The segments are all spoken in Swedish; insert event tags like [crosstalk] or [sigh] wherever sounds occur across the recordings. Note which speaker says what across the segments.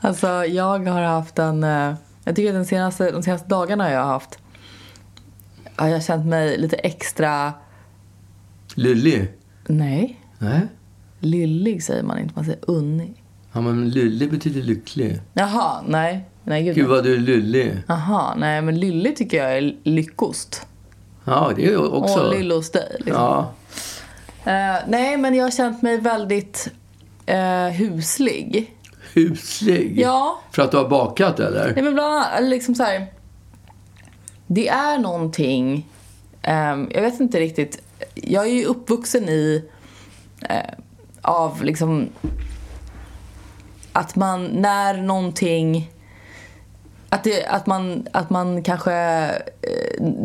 Speaker 1: Alltså jag har haft en... eh, Jag tycker att den senaste, de senaste dagarna har jag haft... Har jag känt mig lite extra...
Speaker 2: Lullig?
Speaker 1: Nej.
Speaker 2: Nej.
Speaker 1: Lyllig säger man inte, man säger unnig.
Speaker 2: Ja, men lullig betyder lycklig.
Speaker 1: Jaha, nej. Nej, gud.
Speaker 2: Gud vad du är lullig.
Speaker 1: Jaha, nej men lyllig tycker jag är lyckost.
Speaker 2: Ja, det är jag också.
Speaker 1: Och lill hos dig. Liksom.
Speaker 2: Ja.
Speaker 1: Eh, nej, men jag har känt mig väldigt eh, huslig.
Speaker 2: Huslig.
Speaker 1: Ja.
Speaker 2: För att du har bakat eller?
Speaker 1: Nej, men bland annat, eller liksom så här, Det är någonting, ehm, jag vet inte riktigt. Jag är ju uppvuxen i, eh, av liksom, att man när någonting, att, det, att, man, att man kanske, eh,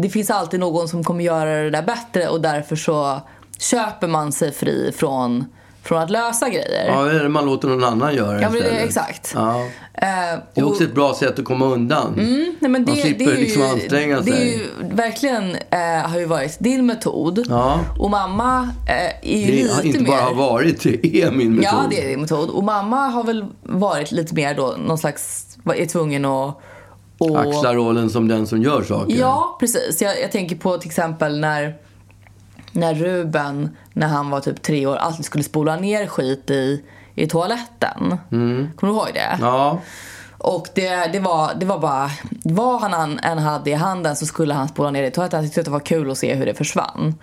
Speaker 1: det finns alltid någon som kommer göra det där bättre och därför så köper man sig fri från, från att lösa grejer.
Speaker 2: Ja, eller man låter någon annan göra
Speaker 1: Ja, men det-
Speaker 2: istället.
Speaker 1: exakt.
Speaker 2: Ja.
Speaker 1: Eh,
Speaker 2: Det är
Speaker 1: och-
Speaker 2: också ett bra sätt att komma undan.
Speaker 1: Mm, nej, men det,
Speaker 2: Man slipper
Speaker 1: det är ju,
Speaker 2: liksom anstränga
Speaker 1: det är
Speaker 2: sig.
Speaker 1: ju, Verkligen eh, har ju varit din metod.
Speaker 2: Ja.
Speaker 1: Och mamma eh, är ju
Speaker 2: Det
Speaker 1: lite
Speaker 2: har inte
Speaker 1: mer...
Speaker 2: bara har varit, det är min metod.
Speaker 1: Ja, det är din metod. Och mamma har väl varit lite mer då någon slags... Är tvungen att... att-
Speaker 2: Axla rollen som den som gör saker.
Speaker 1: Ja, precis. Jag, jag tänker på till exempel när, när Ruben, när han var typ tre år, alltid skulle spola ner skit i, i toaletten.
Speaker 2: Mm.
Speaker 1: Kommer du ihåg det?
Speaker 2: Ja.
Speaker 1: Och det, det, var, det var bara, vad han an- än hade i handen så skulle han spola ner det i toaletten. Han tyckte att det var kul att se hur det försvann.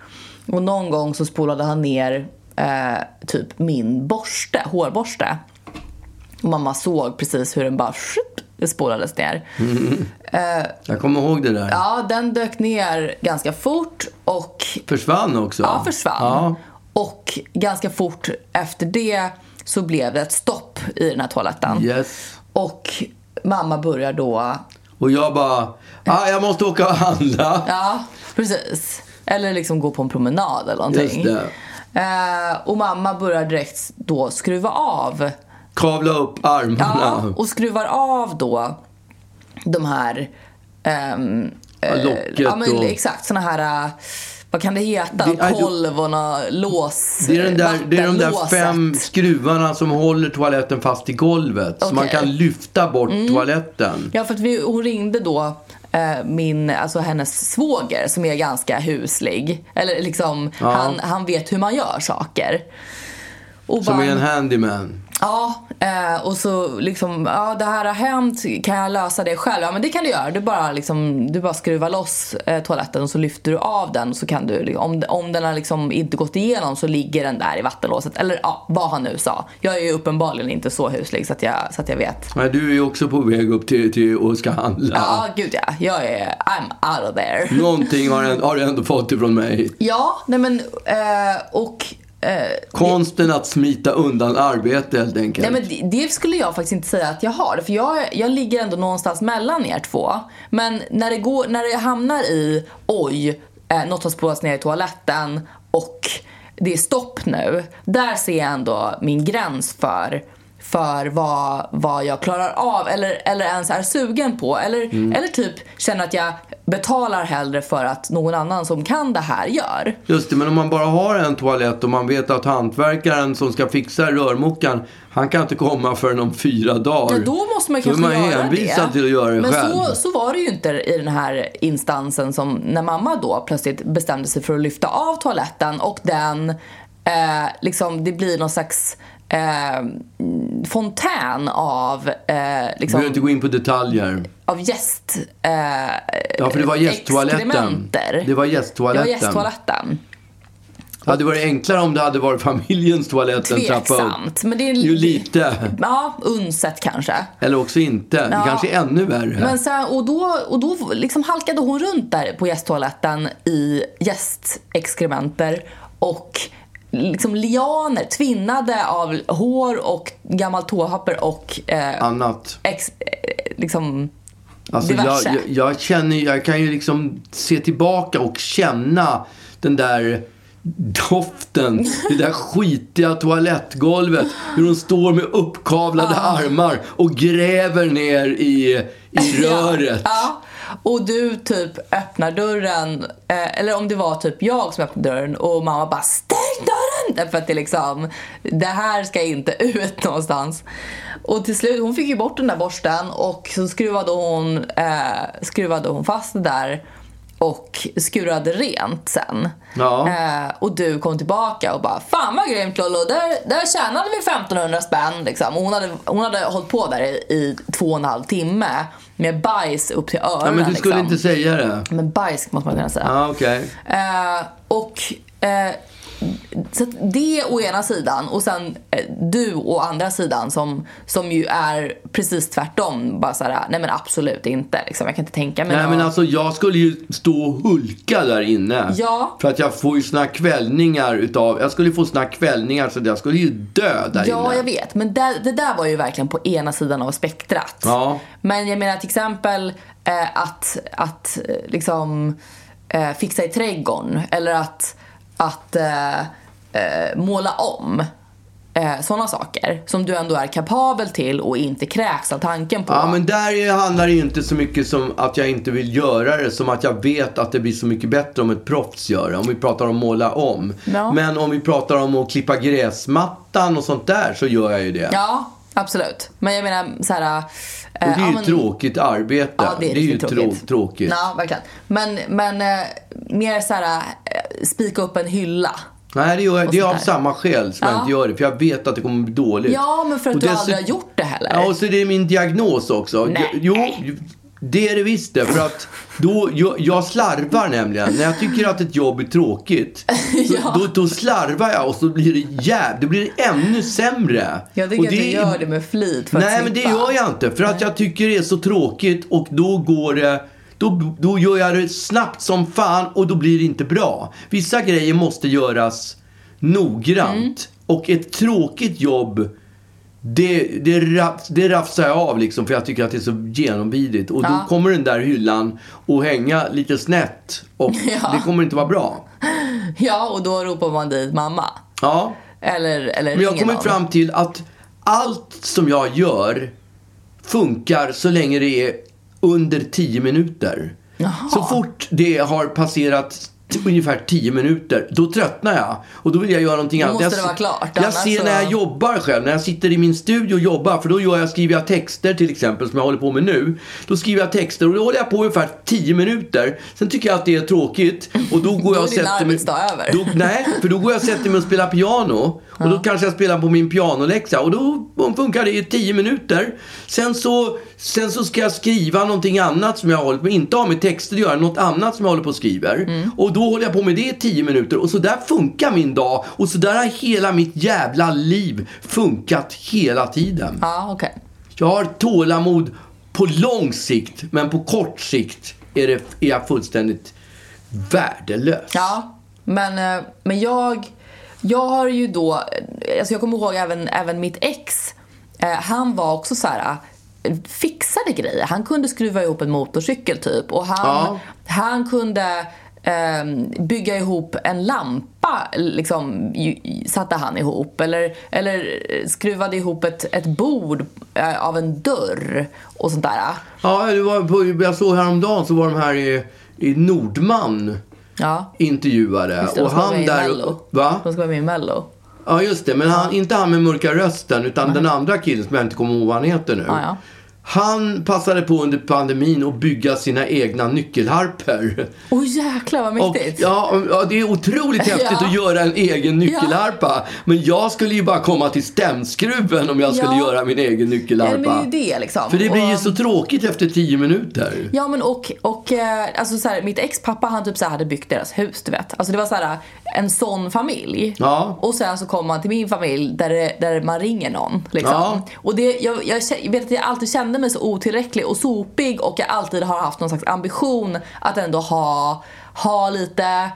Speaker 1: Och någon gång så spolade han ner eh, typ min borste, hårborste. Och mamma såg precis hur den bara skjup, spolades ner.
Speaker 2: Jag kommer ihåg det där.
Speaker 1: Ja, den dök ner ganska fort och
Speaker 2: Försvann också.
Speaker 1: ja, försvann.
Speaker 2: Ja.
Speaker 1: Och ganska fort efter det så blev det ett stopp i den här toaletten.
Speaker 2: Yes.
Speaker 1: Och mamma börjar då
Speaker 2: Och jag bara, ah, jag måste åka och handla.
Speaker 1: Ja, precis. Eller liksom gå på en promenad eller någonting.
Speaker 2: Just det.
Speaker 1: Eh, och mamma börjar direkt då skruva av.
Speaker 2: Kavla upp armarna.
Speaker 1: Ja, och skruvar av då de här... ehm,
Speaker 2: Ja,
Speaker 1: eh,
Speaker 2: locket
Speaker 1: ja, men
Speaker 2: och-
Speaker 1: Exakt, såna här... eh, Vad kan det heta?
Speaker 2: Det- I do-
Speaker 1: Kolv och nå lås.
Speaker 2: Det är, den där, det är de där
Speaker 1: vattenlåset.
Speaker 2: fem skruvarna som håller toaletten fast i golvet. Så man
Speaker 1: Okej. Mm.
Speaker 2: kan lyfta bort toaletten.
Speaker 1: Ja, för att vi, hon ringde då eh, min, alltså hennes svåger som är ganska huslig. Eller liksom,
Speaker 2: Ja.
Speaker 1: han, han vet hur man gör saker. Och
Speaker 2: Som
Speaker 1: bara-
Speaker 2: är en handyman.
Speaker 1: Ja, eh, och så liksom, ja det här har hänt, kan jag lösa det själv? Ja men det kan du göra, du bara, liksom, du bara skruvar loss eh, toaletten och så lyfter du av den. Så kan du, om, om den har liksom inte gått igenom så ligger den där i vattenlåset. Eller ja, vad han nu sa. Jag är ju uppenbarligen inte så huslig så att jag, så att jag vet.
Speaker 2: Nej, du är ju också på väg upp till, till och ska handla.
Speaker 1: Ja, gud ja. Jag är, I'm out of there.
Speaker 2: Någonting har, en- har du ändå fått ifrån mig.
Speaker 1: Ja, nej men, eh, och eh,
Speaker 2: Konsten att smita undan arbete helt enkelt.
Speaker 1: Nej, men det- det skulle jag faktiskt inte säga att jag har. För jag, jag ligger ändå någonstans mellan er två. Men när det, går, när det hamnar i oj, eh, något har spolats ner i toaletten och det är stopp nu. Där ser jag ändå min gräns för, för vad, vad jag klarar av eller, eller ens är sugen på. Eller, eller typ känner att jag betalar hellre för att någon annan som kan det här gör.
Speaker 2: Just det, men om man bara har en toalett och man vet att hantverkaren som ska fixa rörmokaren, han kan inte komma förrän om fyra dagar.
Speaker 1: Ja, då måste man
Speaker 2: Då är
Speaker 1: kanske
Speaker 2: man
Speaker 1: göra
Speaker 2: hänvisad
Speaker 1: det.
Speaker 2: till att göra det
Speaker 1: Men
Speaker 2: själv.
Speaker 1: Så, så var det ju inte i den här instansen som när mamma då plötsligt bestämde sig för att lyfta av toaletten och den, eh, liksom, det blir någon slags eh, fontän av, eh,
Speaker 2: Vi behöver
Speaker 1: liksom,
Speaker 2: inte gå in på detaljer.
Speaker 1: av gäst... Eh,
Speaker 2: Ja, för det var gästtoaletten.
Speaker 1: Exkrementer.
Speaker 2: Det var gästtoaletten.
Speaker 1: Det var gästtoaletten.
Speaker 2: Det hade varit enklare om det hade varit familjens toalett en trappa upp.
Speaker 1: Tveksamt. Men det är
Speaker 2: Jo, lite.
Speaker 1: Ja, unset kanske.
Speaker 2: Eller också inte.
Speaker 1: Ja.
Speaker 2: Det kanske är ännu värre.
Speaker 1: Men sen, och då, och då liksom halkade hon runt där på gästtoaletten i gästexkrementer och liksom lianer tvinnade av hår och gammalt toapapper och eh,
Speaker 2: Annat.
Speaker 1: ex, eh, liksom
Speaker 2: Alltså jag,
Speaker 1: diverse.
Speaker 2: jag, jag känner, jag kan ju liksom se tillbaka och känna den där doften, det där skitiga toalettgolvet. Hur hon står med uppkavlade armar och gräver ner
Speaker 1: [laughs]
Speaker 2: i, i röret.
Speaker 1: Ja. Och du typ öppnar dörren, eh, eller om det var typ jag som öppnade dörren och mamma bara STÄNG DÖRREN inte för att det liksom, det här ska inte [laughs] ut någonstans. Och till slut, hon fick ju bort den där borsten och så skruvade hon, eh, skruvade hon fast det där och skurade rent sen.
Speaker 2: Ja.
Speaker 1: Eh, och du kom tillbaka och bara “Fan vad grymt Lollo, där, där tjänade vi 1500 spänn” liksom. och hon, hade, hon hade hållit på där i, i två och en halv timme med bajs upp till öronen.
Speaker 2: Ja, men du skulle
Speaker 1: liksom.
Speaker 2: inte säga det.
Speaker 1: Men bajs måste man kunna säga.
Speaker 2: Ja, okej.
Speaker 1: Eh, och eh, så att det å ena sidan och sen eh, du å andra sidan som, som ju är precis tvärtom. Bara såhär, nej men absolut inte. Liksom. Jag kan inte tänka mig
Speaker 2: Nej,
Speaker 1: något."
Speaker 2: men alltså jag skulle ju stå och hulka där inne.
Speaker 1: Ja.
Speaker 2: För att jag får ju såna kvällningar utav, jag skulle ju få såna kvällningar så jag skulle ju dö där
Speaker 1: Ja,
Speaker 2: inne.
Speaker 1: jag vet. Men det, det där var ju verkligen på ena sidan av spektrat.
Speaker 2: Ja.
Speaker 1: Men jag menar till exempel eh, att, att eh, liksom eh, fixa i trädgården eller att, att eh, eh, måla om. Eh, Sådana saker som du ändå är kapabel till och inte kräks av tanken på.
Speaker 2: Ja, men där är- handlar det ju inte så mycket som att jag inte vill göra det, som att jag vet att det blir så mycket bättre om ett proffs gör det. Om vi pratar om måla om.
Speaker 1: Ja.
Speaker 2: Men om vi pratar om att klippa gräsmattan och sånt där så gör jag ju det.
Speaker 1: Ja, absolut. Men jag menar så här... eh,
Speaker 2: Och det är
Speaker 1: ja,
Speaker 2: ju
Speaker 1: men-
Speaker 2: tråkigt arbete.
Speaker 1: Ja, det är,
Speaker 2: ju
Speaker 1: riktigt
Speaker 2: trå- tråkigt.
Speaker 1: Ja, verkligen. Men, men eh, mer så här, eh, spika upp en hylla.
Speaker 2: Nej, det, gör jag, det är
Speaker 1: sånt
Speaker 2: av
Speaker 1: där.
Speaker 2: samma skäl som
Speaker 1: Ja.
Speaker 2: jag inte gör det. För jag vet att det kommer bli dåligt.
Speaker 1: Ja, men för att
Speaker 2: typ. Och
Speaker 1: du
Speaker 2: dessut-
Speaker 1: aldrig har gjort det heller.
Speaker 2: Ja, och så är det min diagnos också.
Speaker 1: Nej.
Speaker 2: Jo, det är det visst det. För att då, jag, jag slarvar nämligen. När jag tycker att ett jobb är
Speaker 1: [laughs]
Speaker 2: tråkigt, så,
Speaker 1: Ja.
Speaker 2: då, då slarvar jag och så blir det jävligt, det blir ännu sämre.
Speaker 1: Jag
Speaker 2: och
Speaker 1: tycker att du
Speaker 2: är-
Speaker 1: gör det med flit för
Speaker 2: Nej,
Speaker 1: att
Speaker 2: men det
Speaker 1: slippa.
Speaker 2: gör jag inte. För att jag tycker det är så tråkigt och då går det... Då, då gör jag det snabbt som fan och då blir det inte bra. Vissa grejer måste göras noggrant.
Speaker 1: Mm.
Speaker 2: Och ett tråkigt jobb, det, det, raf, det rafsar jag av liksom för jag tycker att det är så genomvidigt. Och
Speaker 1: Ja.
Speaker 2: då kommer den där hyllan och hänga lite snett och
Speaker 1: [laughs] Ja.
Speaker 2: det kommer inte vara bra.
Speaker 1: Ja, och då ropar man dit mamma.
Speaker 2: Ja.
Speaker 1: Eller, eller
Speaker 2: Men jag har
Speaker 1: ringer
Speaker 2: kommit
Speaker 1: någon.
Speaker 2: fram till att allt som jag gör funkar så länge det är under 10 minuter.
Speaker 1: Jaha.
Speaker 2: Så fort det har passerat t- ungefär 10 minuter, då tröttnar jag. Och då vill jag göra någonting
Speaker 1: Då
Speaker 2: annat.
Speaker 1: måste
Speaker 2: jag,
Speaker 1: det vara klart,
Speaker 2: jag
Speaker 1: annars
Speaker 2: ser
Speaker 1: så-
Speaker 2: när jag jobbar själv, när jag sitter i min studio och jobbar, för då gör jag, skriver jag texter till exempel, som jag håller på med nu. Då skriver jag texter och då håller jag på ungefär 10 minuter. Sen tycker jag att det är tråkigt och
Speaker 1: [laughs]
Speaker 2: då går jag
Speaker 1: är
Speaker 2: och
Speaker 1: din
Speaker 2: sätter mig...
Speaker 1: arbetsdag över.
Speaker 2: Då Nej, för då går jag och sätter mig och spelar piano. Och då kanske jag spelar på min pianoläxa. Och då funkar det i tio minuter. Sen så, sen så ska jag skriva någonting annat som jag håller på Inte har med texter att göra, något annat som jag håller på och skriver. Och då håller jag på med det i tio minuter. Och så där funkar min dag. Och så där har hela mitt jävla liv funkat hela tiden.
Speaker 1: Ja, okej.
Speaker 2: Jag har tålamod på lång sikt, men på kort sikt är, det, är jag fullständigt värdelös.
Speaker 1: Ja, men, eh, men jag, jag har ju då, eh, alltså jag kommer ihåg även, även mitt ex, eh, han var också så här eh, fixade grejer. Han kunde skruva ihop en motorcykel typ och han,
Speaker 2: Ja.
Speaker 1: han kunde eh, bygga ihop en lampa, liksom, ju- ju- satte han ihop. Eller, eller eh, skruvade ihop ett, ett bord eh, av en dörr och sånt där.
Speaker 2: Ja, det var på, jag såg häromdagen så var de här i, i Nordman
Speaker 1: Ja.
Speaker 2: intervjuade.
Speaker 1: Just det, de
Speaker 2: och
Speaker 1: ska vara med
Speaker 2: han
Speaker 1: i
Speaker 2: där...
Speaker 1: Mello.
Speaker 2: Va?
Speaker 1: De ska vara med i Mello.
Speaker 2: Ja, just det. Men han, inte han med mörka rösten, utan den andra killen som jag inte kommer ihåg vad han heter nu.
Speaker 1: Ja, ja.
Speaker 2: Han passade på under pandemin att bygga sina egna nyckelharper.
Speaker 1: Åh jäklar vad
Speaker 2: Och,
Speaker 1: mäktigt!
Speaker 2: ja, ja, det är otroligt häftigt
Speaker 1: Ja.
Speaker 2: att göra en egen nyckelharpa. Men jag skulle ju bara komma till stämskruven om jag skulle
Speaker 1: Ja.
Speaker 2: göra min egen
Speaker 1: Ja,
Speaker 2: nyckelharpa.
Speaker 1: men det är ju det liksom.
Speaker 2: För det blir ju
Speaker 1: Och-
Speaker 2: så tråkigt efter tio minuter.
Speaker 1: Ja men och, och eh, alltså så här, mitt ex pappa han typ så här hade byggt deras hus du vet. Alltså det var så här en sån familj.
Speaker 2: Ja.
Speaker 1: Och sen så kom man till min familj där, det, där man ringer någon liksom.
Speaker 2: Ja.
Speaker 1: Och det, jag, jag kä- jag vet att jag alltid kände mig så otillräcklig och sopig och jag alltid har haft någon slags ambition att ändå ha, ha lite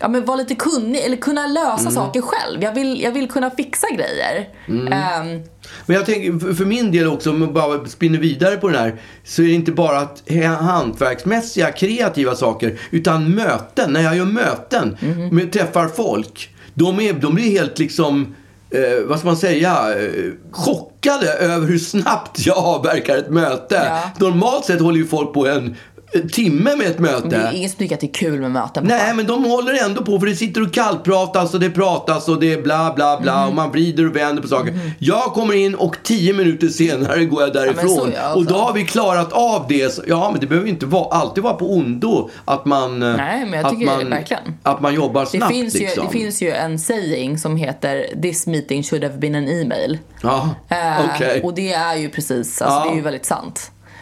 Speaker 1: Ja men vara lite kunnig eller kunna lösa
Speaker 2: Mm.
Speaker 1: saker själv. Jag vill, jag vill kunna fixa grejer. Ehm,
Speaker 2: Men jag tänker för- för min del också, om jag bara spinner vidare på den här, så är det inte bara att he- hantverksmässiga, kreativa saker, utan möten. När jag gör möten,
Speaker 1: Mhm.
Speaker 2: med, träffar folk, de, är, de blir helt liksom, eh, vad ska man säga, eh, chockade över hur snabbt jag avverkar ett möte.
Speaker 1: Ja.
Speaker 2: Normalt sett håller ju folk på en en timme med ett möte.
Speaker 1: Det är ingen som tycker att det är kul med möten.
Speaker 2: Nej, men de håller ändå på för det sitter och kallpratas och det pratas och det är bla bla bla
Speaker 1: Mm.
Speaker 2: och man vrider och vänder på saker. Jag kommer in och tio minuter senare går jag
Speaker 1: Mm-hmm. men så alltså.
Speaker 2: därifrån.
Speaker 1: är jag
Speaker 2: och då
Speaker 1: också.
Speaker 2: har vi klarat av det. Så- Ja, men det behöver inte vara, alltid vara på ondo att man, eh,
Speaker 1: Nej, men jag
Speaker 2: att
Speaker 1: tycker
Speaker 2: man,
Speaker 1: verkligen.
Speaker 2: Att man jobbar
Speaker 1: Det
Speaker 2: snabbt
Speaker 1: finns, ju,
Speaker 2: liksom.
Speaker 1: det finns ju en saying som heter “This meeting should have been an email”.
Speaker 2: Ja,
Speaker 1: Eh,
Speaker 2: okej.
Speaker 1: Och det är ju precis, alltså
Speaker 2: Ja.
Speaker 1: det är ju väldigt sant.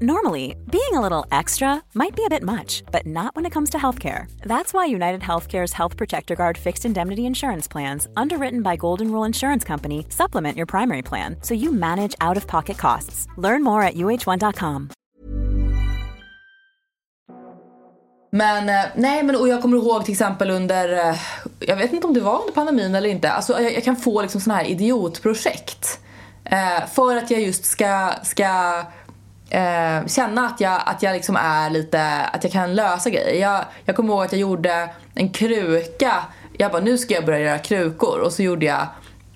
Speaker 3: Normally, being a little extra might be a bit much, but not when it comes to healthcare. That's why United Healthcare's Health Protector Guard fixed indemnity insurance plans, underwritten by Golden Rule Insurance Company, supplement your primary plan so you manage out of pocket costs. Learn more at uh1.com.
Speaker 1: Men eh, nej, men och jag kommer ihåg till exempel under, eh, jag vet inte om det var under pandemin eller inte, alltså jag, jag kan få liksom sådana här idiotprojekt. Eh, för att jag just ska, ska eh, känna att jag, att jag liksom är lite, att jag kan lösa grejer. Jag, jag kommer ihåg att jag gjorde en kruka, jag bara nu ska jag börja göra krukor och så gjorde jag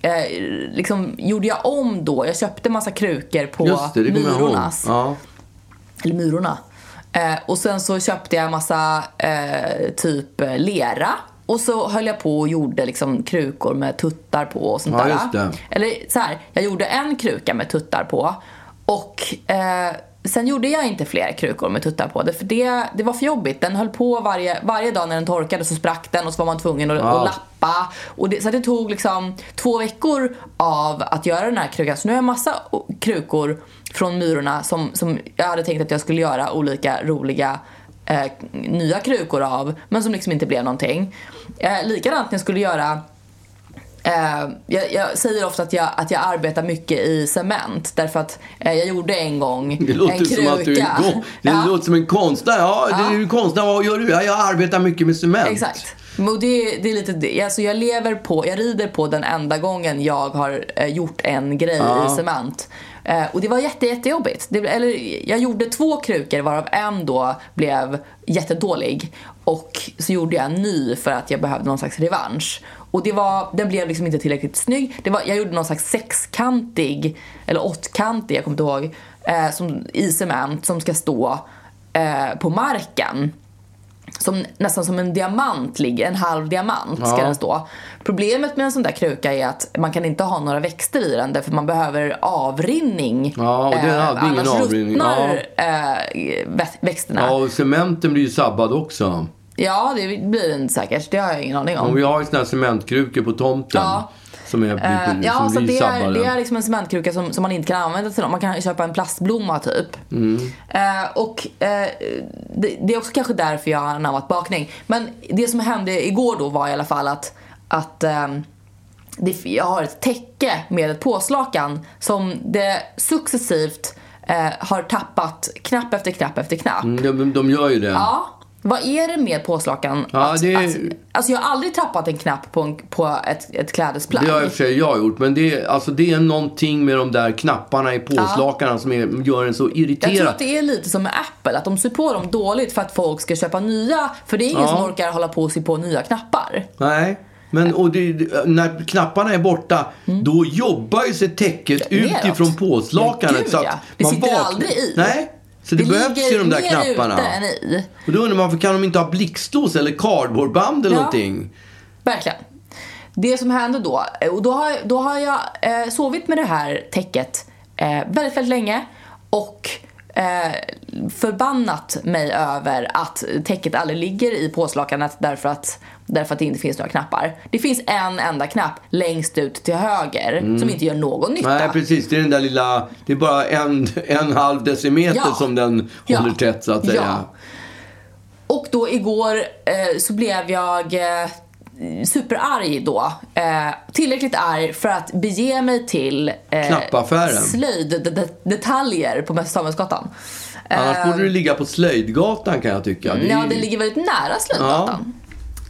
Speaker 1: Eh, liksom gjorde jag om då, jag köpte massa krukor på
Speaker 2: Just det, det kommer jag ihåg.
Speaker 1: Myrornas
Speaker 2: Ja.
Speaker 1: eller myrorna. Eh, och sen så köpte jag massa eh, typ eh, lera. Och så höll jag på och gjorde liksom krukor med tuttar på och sånt
Speaker 2: Ja,
Speaker 1: där.
Speaker 2: just det.
Speaker 1: Eller så här, jag gjorde en kruka med tuttar på. Och eh, sen gjorde jag inte fler krukor med tuttar på. Det, för det, det var för jobbigt. Den höll på varje, varje dag när den torkade så sprack den och så var man tvungen att,
Speaker 2: Ja.
Speaker 1: att lappa. Och det, så att det tog liksom två veckor av att göra den här krukan. Så nu har jag massa o- krukor från Myrorna som, som jag hade tänkt att jag skulle göra olika roliga eh, nya krukor av. Men som liksom inte blev någonting. Eh, likadant när jag skulle göra Eh, jag, jag säger ofta att jag, att jag arbetar mycket i cement därför att eh, jag gjorde en gång
Speaker 2: Det låter
Speaker 1: en kruka.
Speaker 2: som att du är en, det
Speaker 1: Ja,
Speaker 2: låter som en konstnär. Ja,
Speaker 1: Ja.
Speaker 2: Du är ju konstnär. Vad gör du? Ja, jag arbetar mycket med cement.
Speaker 1: Exakt. Men och det, det är lite det. Alltså jag lever på, jag rider på den enda gången jag har eh, gjort en grej i cement. Eh, och det var jätte, jättejobbigt. Det, blev- eller, jag gjorde två krukor varav en då blev jättedålig. Och så gjorde jag en ny för att jag behövde någon slags revansch. Och det var, den blev liksom inte tillräckligt snygg. Det var, jag gjorde någon slags sexkantig, eller åttkantig, jag kommer inte ihåg, eh, som, i cement som ska stå eh, på marken som, nästan som en diamant ligger, en halv diamant ska
Speaker 2: Ja.
Speaker 1: den stå. Problemet med en sån där kruka är att man kan inte ha några växter i den därför man behöver avrinning. Eh,
Speaker 2: Ja, och den hade ingen
Speaker 1: annars
Speaker 2: avrinning.
Speaker 1: ruttnar eh, vä- växterna.
Speaker 2: Ja,
Speaker 1: Ja.
Speaker 2: och cementen blir ju sabbad också.
Speaker 1: det blir den säkert. Det har jag ingen aning om.
Speaker 2: Och vi har ju såna här cementkrukor på tomten.
Speaker 1: Ja.
Speaker 2: Som, är,
Speaker 1: Eh,
Speaker 2: som
Speaker 1: ja, så
Speaker 2: blir
Speaker 1: det är,
Speaker 2: sabbade.
Speaker 1: det är liksom en cementkruka som, som man inte kan använda till något. Man kan köpa en plastblomma typ.
Speaker 2: Mm.
Speaker 1: Eh, och eh, det, det är också kanske därför jag har anammat bakning. Men det som hände igår då var i alla fall att, att ehm, det, jag har ett täcke med ett påslakan som det successivt eh, har tappat knapp efter knapp efter knapp.
Speaker 2: De, de gör ju det.
Speaker 1: Ja. Vad är det med påslakan?
Speaker 2: Ja,
Speaker 1: att,
Speaker 2: det-
Speaker 1: att, alltså jag har aldrig tappat en knapp på, en, på ett, ett klädesplagg.
Speaker 2: Det har i och för sig jag gjort. Men det, är- alltså, det är någonting med de där knapparna i påslakarna som är, gör en så irriterad.
Speaker 1: Jag tror att det är lite som med Apple, att de syr på dem dåligt för att folk ska köpa nya. För det är ingen
Speaker 2: Ja.
Speaker 1: som orkar hålla på och sy på nya knappar.
Speaker 2: Nej. Men och det, när knapparna är borta,
Speaker 1: Mm.
Speaker 2: då jobbar ju sig täcket ut
Speaker 1: Neråt.
Speaker 2: ifrån påslakanet.
Speaker 1: Men gud,
Speaker 2: så att
Speaker 1: ja. Det sitter aldrig i.
Speaker 2: Nej, så det, behövs ju de där knapparna.
Speaker 1: ute än i.
Speaker 2: Och då undrar man, varför kan de inte ha blixtlås eller cardboardband eller
Speaker 1: Ja.
Speaker 2: någonting?
Speaker 1: Verkligen. Det som hände då, och då har, då eh, har jag eh, sovit med det här täcket eh, väldigt, väldigt länge. Och eh, förbannat mig över att täcket aldrig ligger i påslakanet därför att, därför att det inte finns några knappar. Det finns en enda knapp längst ut till höger som inte gör någon nytta.
Speaker 2: Mm. Nej, precis. Det är den där lilla... Det är bara en, en halv decimeter
Speaker 1: Ja.
Speaker 2: som den
Speaker 1: Ja.
Speaker 2: håller tätt, så att säga.
Speaker 1: Ja. Och då igår eh, så blev jag eh, superarg då. Eh, tillräckligt arg för att bege mig till eh,
Speaker 2: Knappaffären.
Speaker 1: slöjddetaljer på Mäster Samuelsgatan. Eh,
Speaker 2: Annars borde du ligga på Slöjdgatan, kan jag tycka. Det är
Speaker 1: ja,
Speaker 2: ju-
Speaker 1: den ligger väldigt nära Slöjdgatan.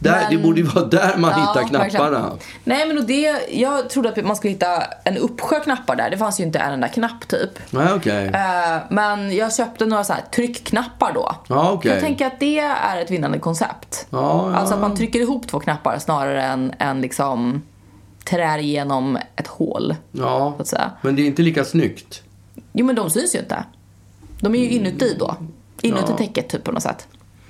Speaker 2: där, Det
Speaker 1: men-
Speaker 2: borde ju vara där man hittar
Speaker 1: verkligen.
Speaker 2: knapparna.
Speaker 1: Nej men och det, jag trodde att man skulle hitta en uppsjö knappar där. Det fanns ju inte en enda knapp typ.
Speaker 2: Nej, okej.
Speaker 1: Eh, men jag köpte några så här tryckknappar då.
Speaker 2: Ja, okej.
Speaker 1: För Jag tänker att det är ett vinnande koncept.
Speaker 2: Ja, ja.
Speaker 1: Alltså att man trycker ihop två knappar snarare än, än liksom trär igenom ett hål.
Speaker 2: Ja,
Speaker 1: så att säga.
Speaker 2: men det är inte lika snyggt.
Speaker 1: Jo men de syns ju inte. De är ju inuti då. Inuti
Speaker 2: Mm. Ja.
Speaker 1: täcket typ på något sätt.